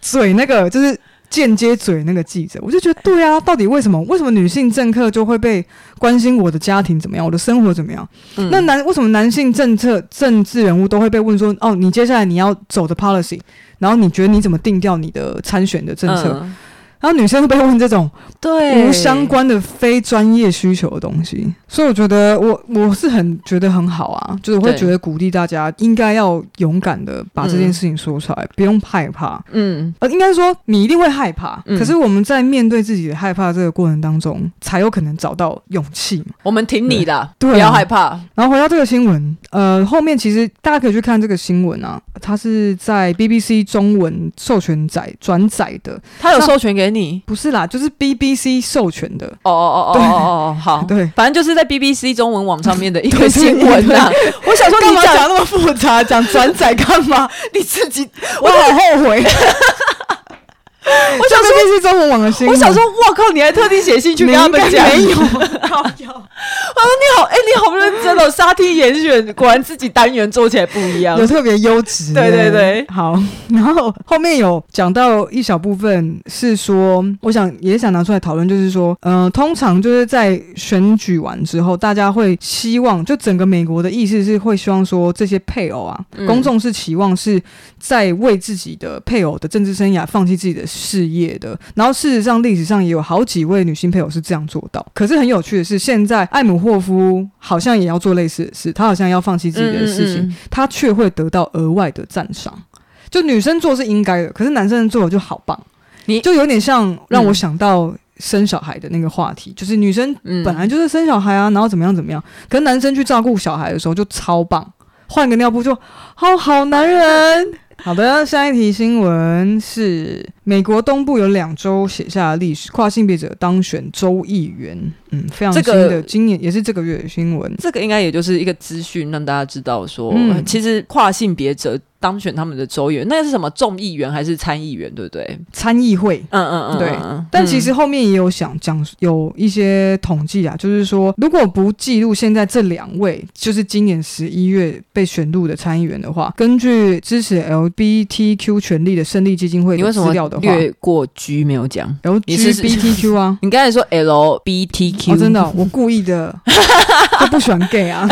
B: 嘴那个就是间接嘴那个记者，我就觉得对啊，到底为什么？为什么女性政客就会被关心我的家庭怎么样，我的生活怎么样？
A: 嗯
B: 那男为什么男性政策政治人物都会被问说，哦，你接下来你要走的 policy，然后你觉得你怎么定调你的参选的政策？
A: 嗯
B: 然后女生被问这种
A: 对，
B: 无相关的非专业需求的东西，所以我觉得我我是很觉得很好啊，就是我会
A: 对
B: 觉得鼓励大家应该要勇敢的把这件事情说出来，不用害怕。
A: 嗯，
B: 呃，应该说你一定会害怕，
A: 嗯
B: 可是我们在面对自己的害怕这个过程当中，才有可能找到勇气嘛。
A: 我们挺你的，
B: 对啊
A: 不要害怕。
B: 然后回到这个新闻，呃，后面其实大家可以去看这个新闻啊，它是在 BBC 中文授权载转载的，
A: 他有授权给你。
B: 不是啦，就是 BBC 授权的。
A: 哦哦哦哦哦哦，好，
B: 对
A: 反正就是在 BBC 中文网上面的一个
B: 对对
A: 新闻呐、我想说
B: 干
A: 你
B: 嘛
A: 讲
B: 讲那么复杂？讲转载干嘛？你自己， [LAUGHS] 我好后悔。
A: [LAUGHS] 我想说，
B: 这是中文网的新闻。
A: 我想说，哇靠！你还特地写信去跟他们
B: 你应
A: 讲，[LAUGHS]
B: 该没有
A: 我说你好，哎、你好认真哦，沙 T 严选，果然自己单元做起来不一样
B: 有。特别优质。
A: 对对对
B: 好。然后后面有讲到一小部分是说，我想也想拿出来讨论，就是说，嗯、通常就是在选举完之后，大家会希望，就整个美国的意思是会希望说，这些配偶啊，
A: 嗯
B: 公众是期望是在为自己的配偶的政治生涯放弃自己的事业的。然后事实上，历史上也有好几位女性配偶是这样做到。可是很有趣的是，现在艾姆霍夫好像也要做类似的事，他好像要放弃自己的事情。
A: 嗯嗯嗯
B: 他却会得到额外的赞赏。就女生做是应该的，可是男生做的就好棒，
A: 你
B: 就有点像让我想到生小孩的那个话题，就是女生
A: 嗯
B: 本来就是生小孩啊，然后怎么样怎么样，可是男生去照顾小孩的时候就超棒，换个尿布就好好
A: [LAUGHS]
B: 男人。好的，下一题新闻是美国东部有两州写下历史，跨性别者当选州议员，嗯，非常
A: 这
B: 新
A: 个
B: 的，今年也是这个月的新闻。
A: 这个应该也就是一个资讯，让大家知道说，
B: 嗯
A: 其实跨性别者当选他们的州议员，那个是什么众议员还是参议员，对不对？
B: 参议会
A: 嗯嗯嗯，
B: 对
A: 嗯嗯
B: 但其实后面也有想讲，有一些统计啊，就是说，如果不记录现在这两位，就是今年十一月被选入的参议员的话，根据支持 LBTQ 权利的胜利基金会
A: 你
B: 的
A: 为什
B: 资
A: 么
B: 料的话
A: 略过 G 没有讲？你是
B: ，LGBTQ 啊。
A: 你刚才说 LBTQ，、
B: 哦，真的哦、我故
A: [LAUGHS]
B: 意的，我不喜欢 gay 啊。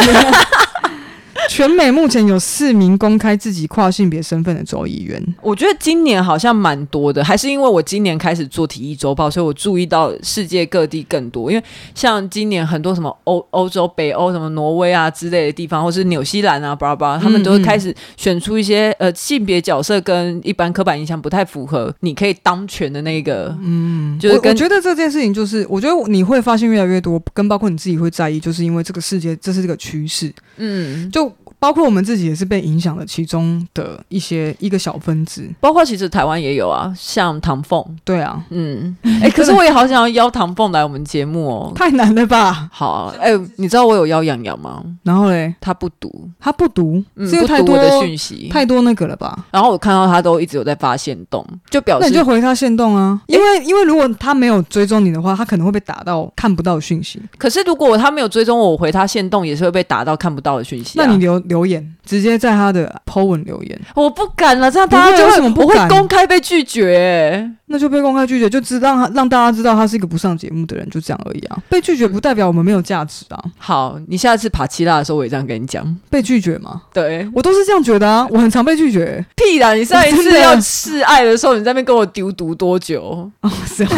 B: 全美目前有四名公开自己跨性别身份的州议员，
A: 我觉得今年好像蛮多的，还是因为我今年开始做体育周报，所以我注意到世界各地更多。因为像今年很多什么欧欧洲、北欧、什么挪威啊之类的地方，或是纽西兰啊，巴拉巴拉，他们都
B: 嗯嗯
A: 开始选出一些呃性别角色跟一般刻板印象不太符合，你可以当权的那个。
B: 嗯，
A: 就是
B: 我我
A: 跟
B: 觉得这件事情就是，我觉得你会发现越来越多，跟包括你自己会在意，就是因为这个世界这是这个趋势，
A: 嗯，
B: 就包括我们自己也是被影响的其中的一些一个小分支。
A: 包括其实台湾也有啊，像唐凤，
B: 对啊，
A: 嗯，哎、可是我也好想要邀唐凤来我们节目哦。
B: 太难了吧？
A: 好啊，哎、你知道我有邀杨洋吗？
B: 然后嘞，
A: 他不读，
B: 他不读，
A: 嗯，
B: 是因为
A: 不
B: 太
A: 读
B: 多
A: 我的讯息，
B: 太多那个了吧？
A: 然后我看到他都一直有在发现动，就表
B: 那
A: 示
B: 你就回他限动啊，因为因为如果他没有追踪你的话，他可能会被打到看不到讯息。
A: 可是如果他没有追踪我，我回他限动也是会被打到看不到的讯息、啊。
B: 那你留留言，直接在他的 po 文留言，
A: 我不敢了，这样
B: 不
A: 大家
B: 会
A: 就
B: 为
A: 会
B: 什么不
A: 我会
B: 敢
A: 公开被拒绝欸、
B: 那就被公开拒绝，就知让他让大家知道他是一个不上节目的人，就这样而已啊。被
A: 嗯
B: 拒绝不代表我们没有价值啊，
A: 好，你下次爬七拉的时候，我也这样跟你讲。
B: 被拒绝嘛，
A: 对，
B: 我都是这样觉得啊，我很常被
A: [LAUGHS]
B: 拒绝、
A: 屁啦！你上一
B: 真
A: 次
B: 的
A: 要示爱的时候，你在那边跟我丢毒多久？
B: 哦，是吗？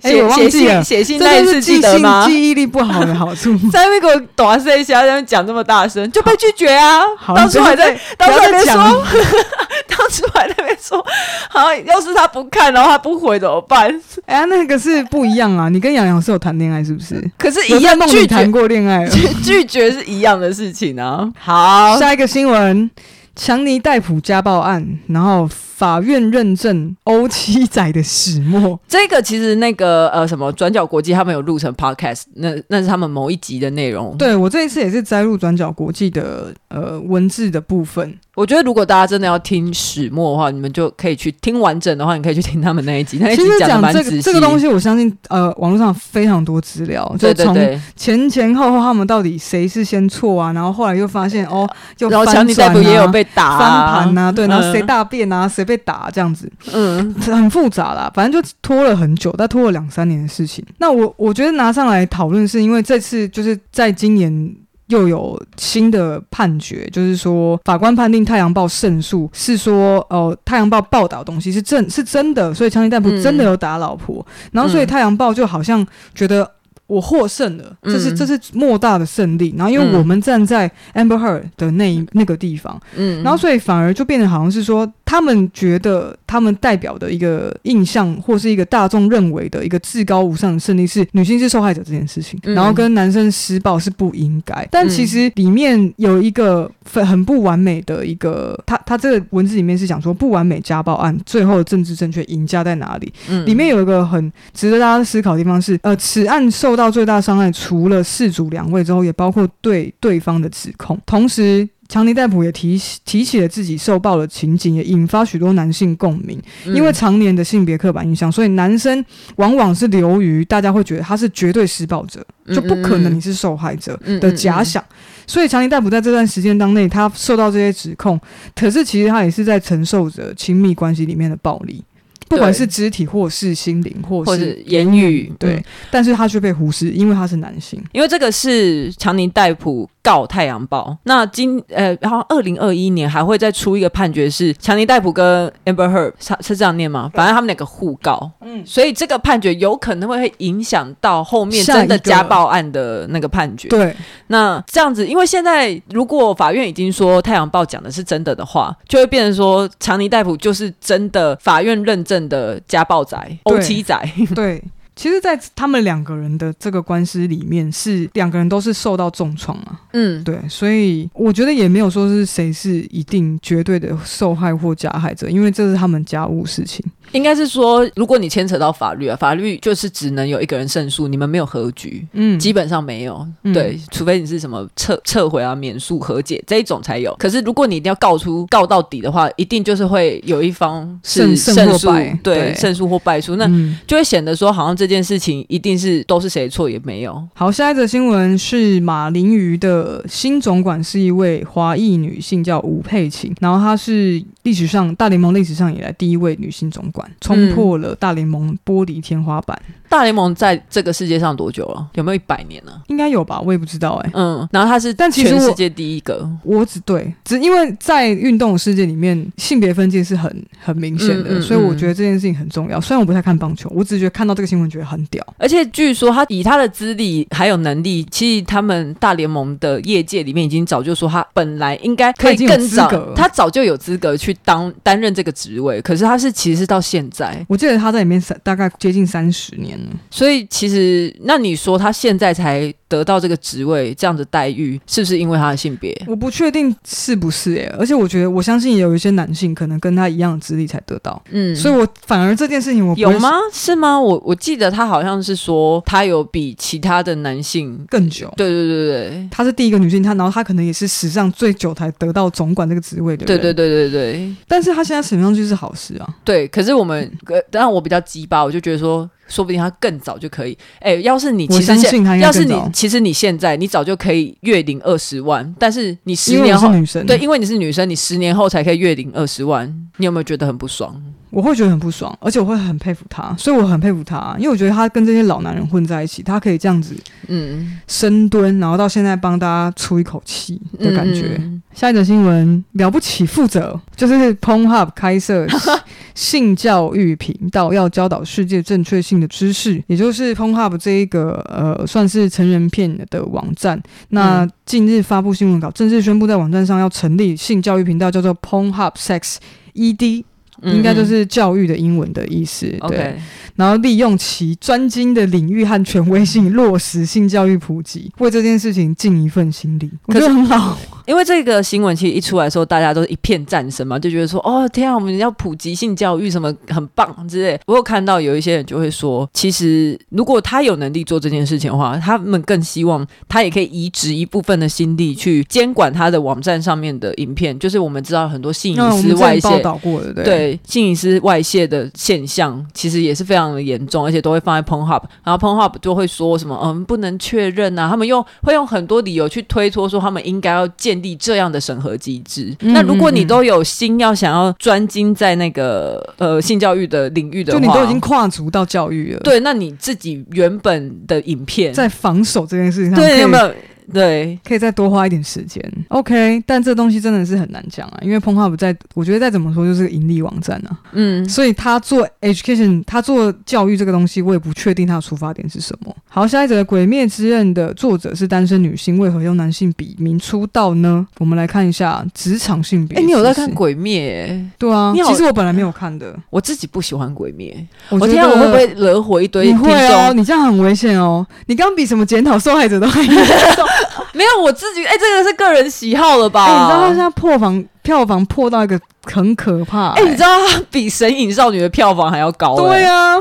B: 哎、
A: 写
B: 我忘
A: 写
B: 记
A: 信
B: 了，
A: 写信
B: 这
A: 那一
B: 就
A: 次
B: 是记
A: 记得
B: 性
A: 吗？
B: 记忆力不好的好处。
A: [LAUGHS] 在那边给我短塞一下，在那边讲这么大声，就被拒绝啊！
B: 好
A: 当初还在
B: 不
A: 当
B: 要
A: 初还
B: 再
A: 在
B: 讲
A: 说
B: 了，
A: [LAUGHS] 当初还在那边说，好像要是他不看，然后他不回怎么办？
B: 哎、呀，那个是不一样啊，你跟杨洋是有谈恋爱是不是？
A: 可是，
B: 有
A: [LAUGHS] 一
B: 在
A: 样
B: 梦
A: 拒
B: 里
A: 绝
B: 谈过恋爱了。
A: 拒绝 [LAUGHS] 是一样的事情啊。好，
B: 下一个新闻，强尼戴普家暴案，然后法院认证欧七仔的始末。
A: 这个其实那个呃什么转角国际他们有录成 podcast，那那是他们某一集的内容。，
B: 对我这一次也是摘录转角国际的呃文字的部分，
A: 我觉得如果大家真的要听始末的话，你们就可以去听完整的话，你可以去听他们那一集， [LAUGHS] 那一
B: 其
A: 集
B: 实
A: 的
B: 讲
A: 蛮
B: 这
A: 仔细。
B: 个这个东，西，我相信呃网络上非常多资料，就
A: 对对
B: 从
A: 对。
B: 前前后后他们到底谁是先错啊，然后后来又发现哦，又
A: 然后强尼
B: 戴
A: 戴普也有被打、
B: 啊
A: 啊
B: 翻盘啊呐、对，然后谁
A: 嗯
B: 大便啊，谁被打这样子，
A: 嗯
B: 很复杂啦，反正就拖了很久，但拖了两三年的事情。那我我觉得拿上来讨论，是因为这次就是在今年又有新的判决，就是说法官判定《太阳报》胜诉，是说哦，《太阳报》报道的东西是真是真的，所以枪击弹夫真的有打老婆，然后所以《
A: 嗯
B: 太阳报》就好像觉得。我获胜了，这是
A: 嗯
B: 这是莫大的胜利。然后，因为
A: 嗯
B: 我们站在 Amber Heard 的那一那个地方，
A: 嗯，
B: 然后所以反而就变得好像是说，他们觉得他们代表的一个印象，或是一个大众认为的一个至高无上的胜利是女性是受害者这件事情，
A: 嗯
B: 然后跟男生施暴是不应该。但其实里面有一个很很不完美的一个，他他这个文字里面是讲说不完美家暴案最后的政治正确赢家在哪里？
A: 嗯
B: 里面有一个很值得大家思考的地方是，呃，此案受到最大伤害，除了事主两位之后，也包括对对方的指控，同时。强尼戴普也提起提起了自己受暴的情景，也引发许多男性共鸣。
A: 嗯
B: 因为常年的性别刻板印象，所以男生往往是流于大家会觉得他是绝对施暴者，
A: 嗯
B: 就不可能你是受害者的假想。所以强尼戴普在这段时间当内，他受到这些指控，可是其实他也是在承受着亲密关系里面的暴力，不管是肢体或是心灵或
A: 或
B: 是
A: 是言语
B: 对，
A: 嗯
B: 但是他却被忽视，因为他是男性。
A: 因为这个是强尼戴普告太阳报，那今呃，然后二零二一年还会再出一个判决是强尼戴普跟 Amber Heard 是是这样念吗？反正他们两个互告，嗯，所以这个判决有可能会影响到后面
B: 下一个
A: 真的家暴案的那个判决。
B: 对，
A: 那这样子，因为现在如果法院已经说太阳报讲的是真的的话，就会变成说强尼戴普就是真的法院认证的家暴仔、
B: 对
A: 殴妻仔。
B: 对， [LAUGHS] 其实，在他们两个人的这个官司里面，是两个人都是受到重创嘛。
A: 嗯，
B: 对，所以我觉得也没有说是谁是一定绝对的受害或加害者，因为这是他们家务事情。
A: 应该是说，如果你牵扯到法律啊，法律就是只能有一个人胜诉，你们没有和局，
B: 嗯，
A: 基本上没有。
B: 嗯
A: 对，除非你是什么撤撤回啊、免诉、和解这一种才有。可是如果你一定要告出告到底的话，一定就是会有一方是
B: 胜胜或
A: 诉
B: 败，对
A: 对，胜诉或败诉，那
B: 嗯
A: 就会显得说好像这件事情一定是都是谁的错也没有。
B: 好，下一则新闻是马林鱼的新总管是一位华裔女性，叫吴佩琴，然后她是历史上大联盟历史上以来第一位女性总管，冲破了大联盟玻璃天花板，
A: 大联盟在这个世界上多久了？有没有一百年了？
B: 应该有吧？我也不知道哎、
A: 嗯，然后他是
B: 但其实
A: 全世
B: 我
A: 界第一个，
B: 我只对，只因为在运动世界里面，性别分界是很很明显的，
A: 嗯嗯
B: 所以我觉得这件事情很重要。虽然我不太看棒球，我只是觉得看到这个新闻觉得很屌。
A: 而且据说他以他的资历还有能力，其实他们大联盟的业界里面已经早就说他本来应该可
B: 他已
A: 以
B: 经有
A: 更早
B: 资格了，
A: 他早就有资格去当担任这个职位，可是他是其实到现在，
B: 我记得他在里面三大概接近三十年了，
A: 所以其实那你说他现在才得到这个职位这样的待遇，是不是因为他的性别？
B: 我不确定是不是诶、而且我觉得我相信也有一些男性可能跟他一样的资历才得到，
A: 嗯，
B: 所以我反而这件事情我不
A: 有
B: 会
A: 吗？是吗？我我记得他好像是说他有比其他的男性，
B: 更久？
A: 对对对对
B: 她是第一个女性，她然后她可能也是史上最久才得到总管这个职位的
A: 对
B: 人，
A: 对对对对对。
B: 但是她现在审上去是好事啊，
A: 对，可是我们，呃，当然我比较鸡巴，我就觉得说，说不定他更早就可以。哎，要是你
B: 我
A: 其实
B: 相
A: 现，
B: 信她应该
A: 要是
B: 更
A: 你
B: 早，
A: 其实你现在，你早就可以月领二十万，但是你十
B: 因为
A: 年
B: 我是
A: 后，
B: 女生，
A: 对，因为你是女生，你十年后才可以月领二十万，你有没有觉得很不爽？
B: 我会觉得很不爽，而且我会很佩服他，所以我很佩服他，啊因为我觉得他跟这些老男人混在一起，他可以这样子
A: 嗯，
B: 深蹲，然后到现在帮大家出一口气的感觉。
A: 嗯
B: 下一则新闻，了不起负责就是 PornHub 开设性教育频道，要教导世界正确性的知识，也就是 PornHub 这一个呃算是成人片的网站。那
A: 嗯
B: 近日发布新闻稿，正式宣布在网站上要成立性教育频道，叫做 PornHub Sex ED。
A: 嗯
B: 应该就是教育的英文的意思，
A: 嗯
B: 对。
A: OK，
B: 然后利用其专精的领域和权威性，落实性教育普及，为这件事情尽一份心力，我觉得很好。
A: 因为这个新闻其实一出来的时候，大家都一片赞声嘛，就觉得说哦天啊，我们要普及性教育什么很棒之类。我有看到有一些人就会说，其实如果他有能力做这件事情的话，他们更希望他也可以移植一部分的心力去监管他的网站上面的影片，就是我们知道很多性
B: 那嗯我
A: 隐
B: 们
A: 私
B: 之前
A: 外
B: 报
A: 泄。
B: 道过的，对。
A: 对性隐私外泄的现象，其实也是非常的严重，而且都会放在 PornHub，然后 PornHub 就会说什么嗯不能确认啊，他们用会用很多理由去推脱说他们应该要建立这样的审核机制。
B: 嗯
A: 那如果你都有心要想要专精在那个呃性教育的领域的
B: 就
A: 话，
B: 你都已经跨足到教育了，，
A: 对，那你自己原本的影片
B: 在防守这件事情上，
A: 对
B: 可以
A: 有没有？对，
B: 可以再多花一点时间。OK，但这东西真的是很难讲啊，因为 p o n h u b 在，我觉得再怎么说就是个盈利网站啊，
A: 嗯，
B: 所以他做 education，他做教育这个东西，我也不确定他的出发点是什么。好，下一则《鬼灭之刃》的作者是单身女性，为何用男性笔名出道呢？我们来看一下职场性别。？
A: 哎、你有在看《鬼灭、欸？
B: 对啊
A: 你，好
B: 其实我本来没有看的。
A: 我自己不喜欢《鬼灭》，
B: 我
A: 我
B: 觉
A: 天、
B: 得
A: 啊，我会不会惹火一堆
B: 你
A: 听众？哎
B: 会哦，你这样很危险哦。你刚刚比什么检讨受害者都还严重。
A: 没有，我自己哎、这个是个人喜好了吧？
B: 哎、你知道他现在破防票房破到一个很可怕、
A: 哎、你知道它比《神隐少女》的票房还要高、哎
B: 对啊，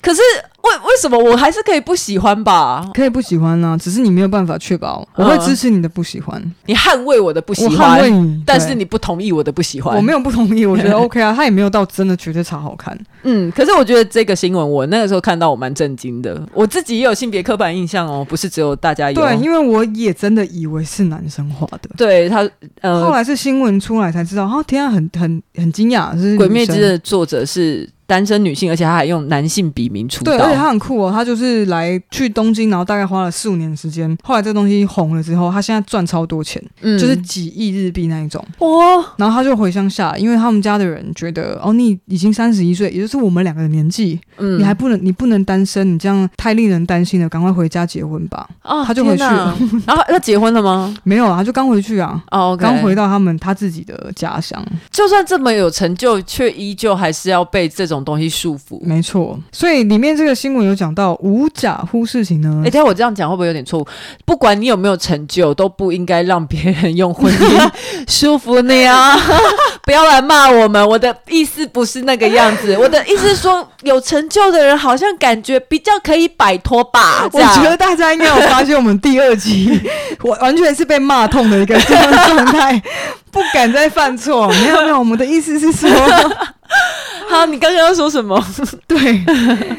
A: 可是为为什么我还是可以不喜欢吧？
B: 可以不喜欢啊，只是你没有办法确保。我
A: 嗯
B: 会支持你的不喜欢，
A: 你捍卫我的不喜
B: 我捍卫
A: 欢，
B: 你，
A: 但
B: 对
A: 是你不同意我的不喜欢。
B: 我没有不同意，我
A: [LAUGHS]
B: 觉得 OK 啊，他也没有到真的绝对超好看。
A: 嗯，可是我觉得这个新闻，我那个时候看到我蛮震惊的。我自己也有性别刻板印象哦，不是只有大家有。
B: 对，因为我也真的以为是男生画的，
A: 对他
B: 后
A: 呃，
B: 来是新闻出来才知道，啊，天啊，很很很惊讶，是
A: 《
B: 女
A: 鬼灭之
B: 生
A: 刃》的作者是单身女性，而且她还用男性笔名出
B: 对，而且
A: 道。
B: 他很酷哦，他就是来去东京，然后大概花了四五年的时间，后来这东西红了之后，他现在赚超多钱，
A: 嗯
B: 就是几亿日币那一种。
A: 哦，
B: 然后他就回乡下，因为他们家的人觉得，哦，你已经三十一岁，也就是我们两个的年纪，
A: 嗯
B: 你还不能，你不能单身，你这样太令人担心了，赶快回家结婚吧。
A: 啊
B: 他就回去了
A: 天哪然后他结婚了吗？
B: 没有啊，他就刚回去啊，
A: 哦，
B: 刚回，到他们他自己的家乡，
A: 就算这么有成就，却依旧还是要被这种东西束缚。
B: 没错。所以里面这个新闻有讲到五甲忽视型呢
A: 哎、，等一下我这样讲会不会有点错误？不管你有没有成就，都不应该让别人用婚姻
B: [LAUGHS]
A: 束缚你啊！不要来骂我们，我的意思不是那个样子，我的意思是说，有成就的人好像感觉比较可以摆脱吧？这
B: 我
A: 样
B: 觉得大家应该有发现，我们第二
A: [LAUGHS]
B: 集我完全是被骂痛的一个这样的状态，不敢再犯错。没有没有，我们的意思是说，
A: 好，你刚刚要说什么？
B: [LAUGHS] 对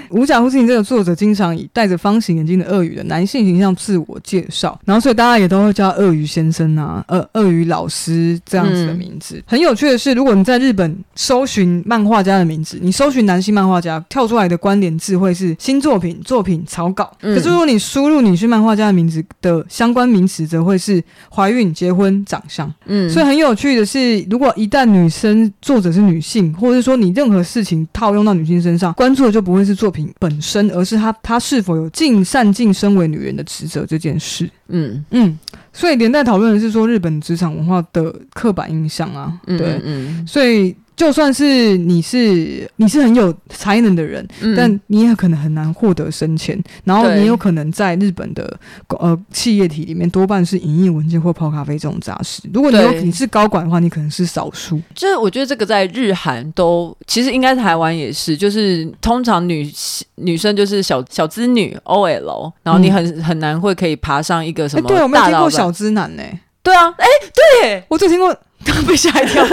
B: 五甲护士这个作者经常以戴着方形眼镜的鳄鱼的男性形象自我介绍，然后所以大家也都会叫鳄鱼先生啊、鳄鳄鱼老师这样子的名字。很有趣的是，如果你在日本搜寻漫画家的名字，你搜寻男性漫画家，跳出来的关联字会是新作品、作品、草稿。
A: 嗯
B: 可是如果你输入女性漫画家的名字的相关名词，则会是怀孕、结婚、长相。
A: 嗯
B: 所以很有趣的是，如果一旦女生作者是女性，或者是说你任何事情套用到女性身上，关注的就不会是作品本身，而是她她是否有尽善尽身为女人的职责这件事。
A: 嗯
B: 嗯，所以连带讨论的是说日本职场文化的刻板印象啊，
A: 嗯
B: 对，
A: 嗯
B: 所以。就算是你是你是很有才能的人，
A: 嗯
B: 但你也可能很难获得升迁，然后
A: 对
B: 你有可能在日本的呃企业体里面，多半是影印文件或泡咖啡这种杂事。如果你有
A: 对
B: 你是高管的话，你可能是少数。
A: 就是我觉得这个在日韩都，其实应该台湾也是，就是通常女女生就是小小资女 OL，然后你很、很难会可以爬上一个什
B: 嗯哎、
A: 么
B: 对，我没有
A: 大
B: 听
A: 老
B: 过
A: 板
B: 小。资男呢、
A: 对
B: [LAUGHS]
A: 啊，哎、
B: 我只听过被吓一跳。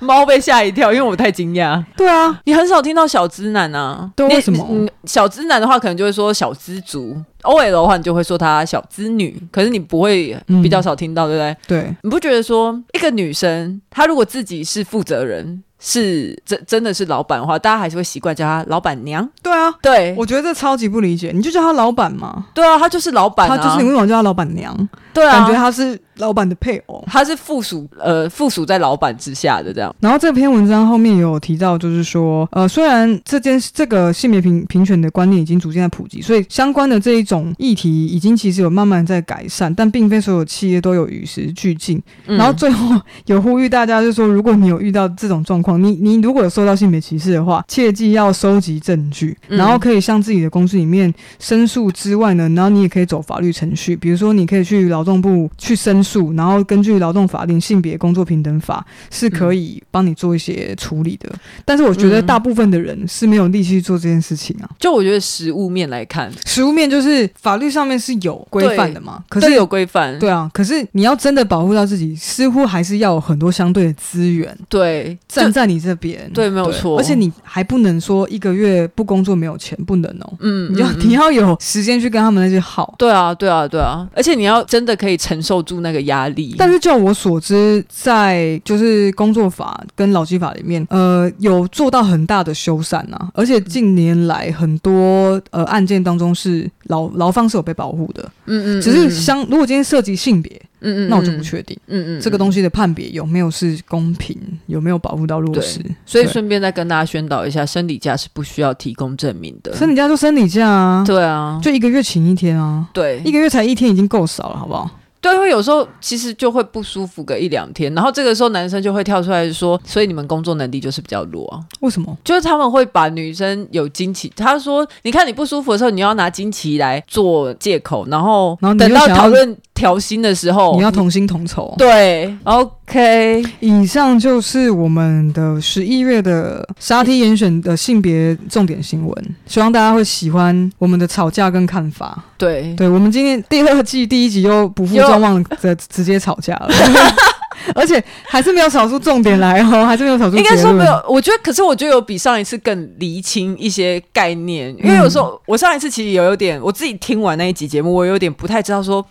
A: 猫被吓一跳，因为我太惊讶。
B: 对啊，
A: [LAUGHS] 你很少听到小资男啊？
B: 对
A: 你
B: 为什么
A: 你小资男的话，可能就会说小资族；OL 的话，你就会说他小资女。可是你不会
B: 嗯
A: 比较少听到，对不对？
B: 对，
A: 你不觉得说一个女生，她如果自己是负责人，是真真的是老板的话，大家还是会习惯叫她老板娘。
B: 对啊，
A: 对，
B: 我觉得这超级不理解。你就叫他老板嘛，
A: 对啊，她就是老板、啊，
B: 他就是你为什么叫他老板娘？
A: 对啊，
B: 感觉他是老板的配偶。
A: 她是附属，呃，附属在老板之下的这样。
B: 然后这篇文章后面也有提到，就是说，呃，虽然这件事这个性别平平权的观念已经逐渐在普及，所以相关的这一种议题已经其实有慢慢在改善，但并非所有企业都有与时俱进。
A: 嗯
B: 然后最后有呼吁大家，就是说，如果你有遇到这种状况，你你如果有受到性别歧视的话，切记要收集证据，
A: 嗯
B: 然后可以向自己的公司里面申诉之外呢，然后你也可以走法律程序，比如说你可以去劳动部去申诉，然后根据劳动法令《性别工作平等法》是可以帮你做一些处理的。但是我觉得
A: 嗯
B: 大部分的人是没有力气做这件事情啊。
A: 就我觉得实物面来看，
B: 实务面就是法律上面是有规范的嘛，可
A: 都
B: 是
A: 有规范，
B: 对啊，可是你要真的保护到自己，似乎还是要有很多相对的资源。
A: 对，就
B: 站在在你这边，
A: 对没有错
B: 而且你还不能说一个月不工作没有钱，不能哦。
A: 嗯，
B: 你要
A: 嗯嗯
B: 你要有时间去跟他们那些好。
A: 对啊，对啊，对啊，而且你要真的可以承受住那个压力。
B: 但是就我所知，在就是工作法跟劳基法里面，呃，有做到很大的修缮啊，而且近年来很多呃案件当中是劳劳方是有被保护的，
A: 嗯嗯，
B: 只是相如果今天涉及性别，
A: 嗯嗯，
B: 那我就不确定
A: 嗯嗯，
B: 这个
A: 西。
B: 东西的判别有没有是公平，有没有保护到弱势。
A: 所以
B: 对
A: 顺便再跟大家宣导一下，生理假是不需要提供证明的。
B: 生理假就生理假啊，
A: 对嗯啊，
B: 就一个月请一天啊，
A: 对，
B: 一个月才一天已经够少了，好不好？
A: 对，会有时候其实就会不舒服个一两天，然后这个时候男生就会跳出来说，所以你们工作能力就是比较弱啊，
B: 为什么？
A: 就是他们会把女生有经期，他说你看你不舒服的时候，你要拿经期来做借口，然后
B: 然后你
A: 等
B: 又
A: 到
B: 想要
A: 讨论调薪的时候，
B: 你要同心同仇。
A: 哦对，OK，
B: 以上就是我们的十一月的沙 T 严选的性别重点新闻，希望大家会喜欢我们的吵架跟看法。
A: 对，
B: 对我们今天第二季第一集又不负众望的直接吵架了， [LAUGHS] 而且还是没有吵出重点来哦，还是没有吵出
A: 应该
B: 结
A: 说没
B: 论
A: 有，我觉得，可是我觉得有比上一次更厘清一些概念，因为有时
B: 嗯
A: 候、我上一次其实有有点，我自己听完那一集节目，我有点不太知道说，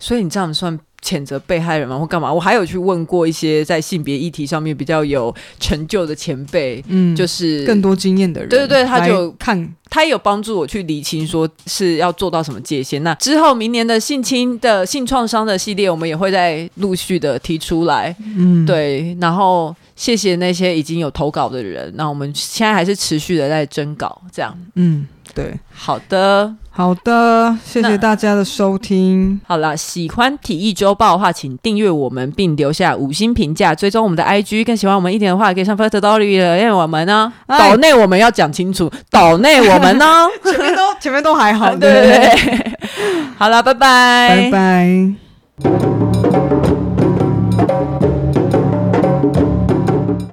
A: 所以你这样算谴责被害人吗，或干嘛？我还有去问过一些在性别议题上面比较有成就的前辈，
B: 嗯，
A: 就是是
B: 更多经验的人，
A: 对对对他就
B: 来看
A: 他有帮助我去理清，说是要做到什么界限。那之后明年的性侵的性创伤的系列，我们也会再陆续的提出来。
B: 嗯，
A: 对，然后谢谢那些已经有投稿的人，那我们现在还是持续的在征稿，这样。
B: 嗯对，
A: 好的，
B: 好的，谢
A: 那
B: 谢大家的收听，
A: 好了，喜欢体育周报的话，请订阅我们并留下五星评价，追踪我们的 IG。更喜欢我们一点的话，可以上 First Story 的，因为我们呢，
B: 哎
A: 岛内我们要讲清楚，岛内我们呢，
B: [LAUGHS] 前面都
A: [LAUGHS]
B: 前面都还好，
A: 对对对，好了，拜拜，
B: 拜拜。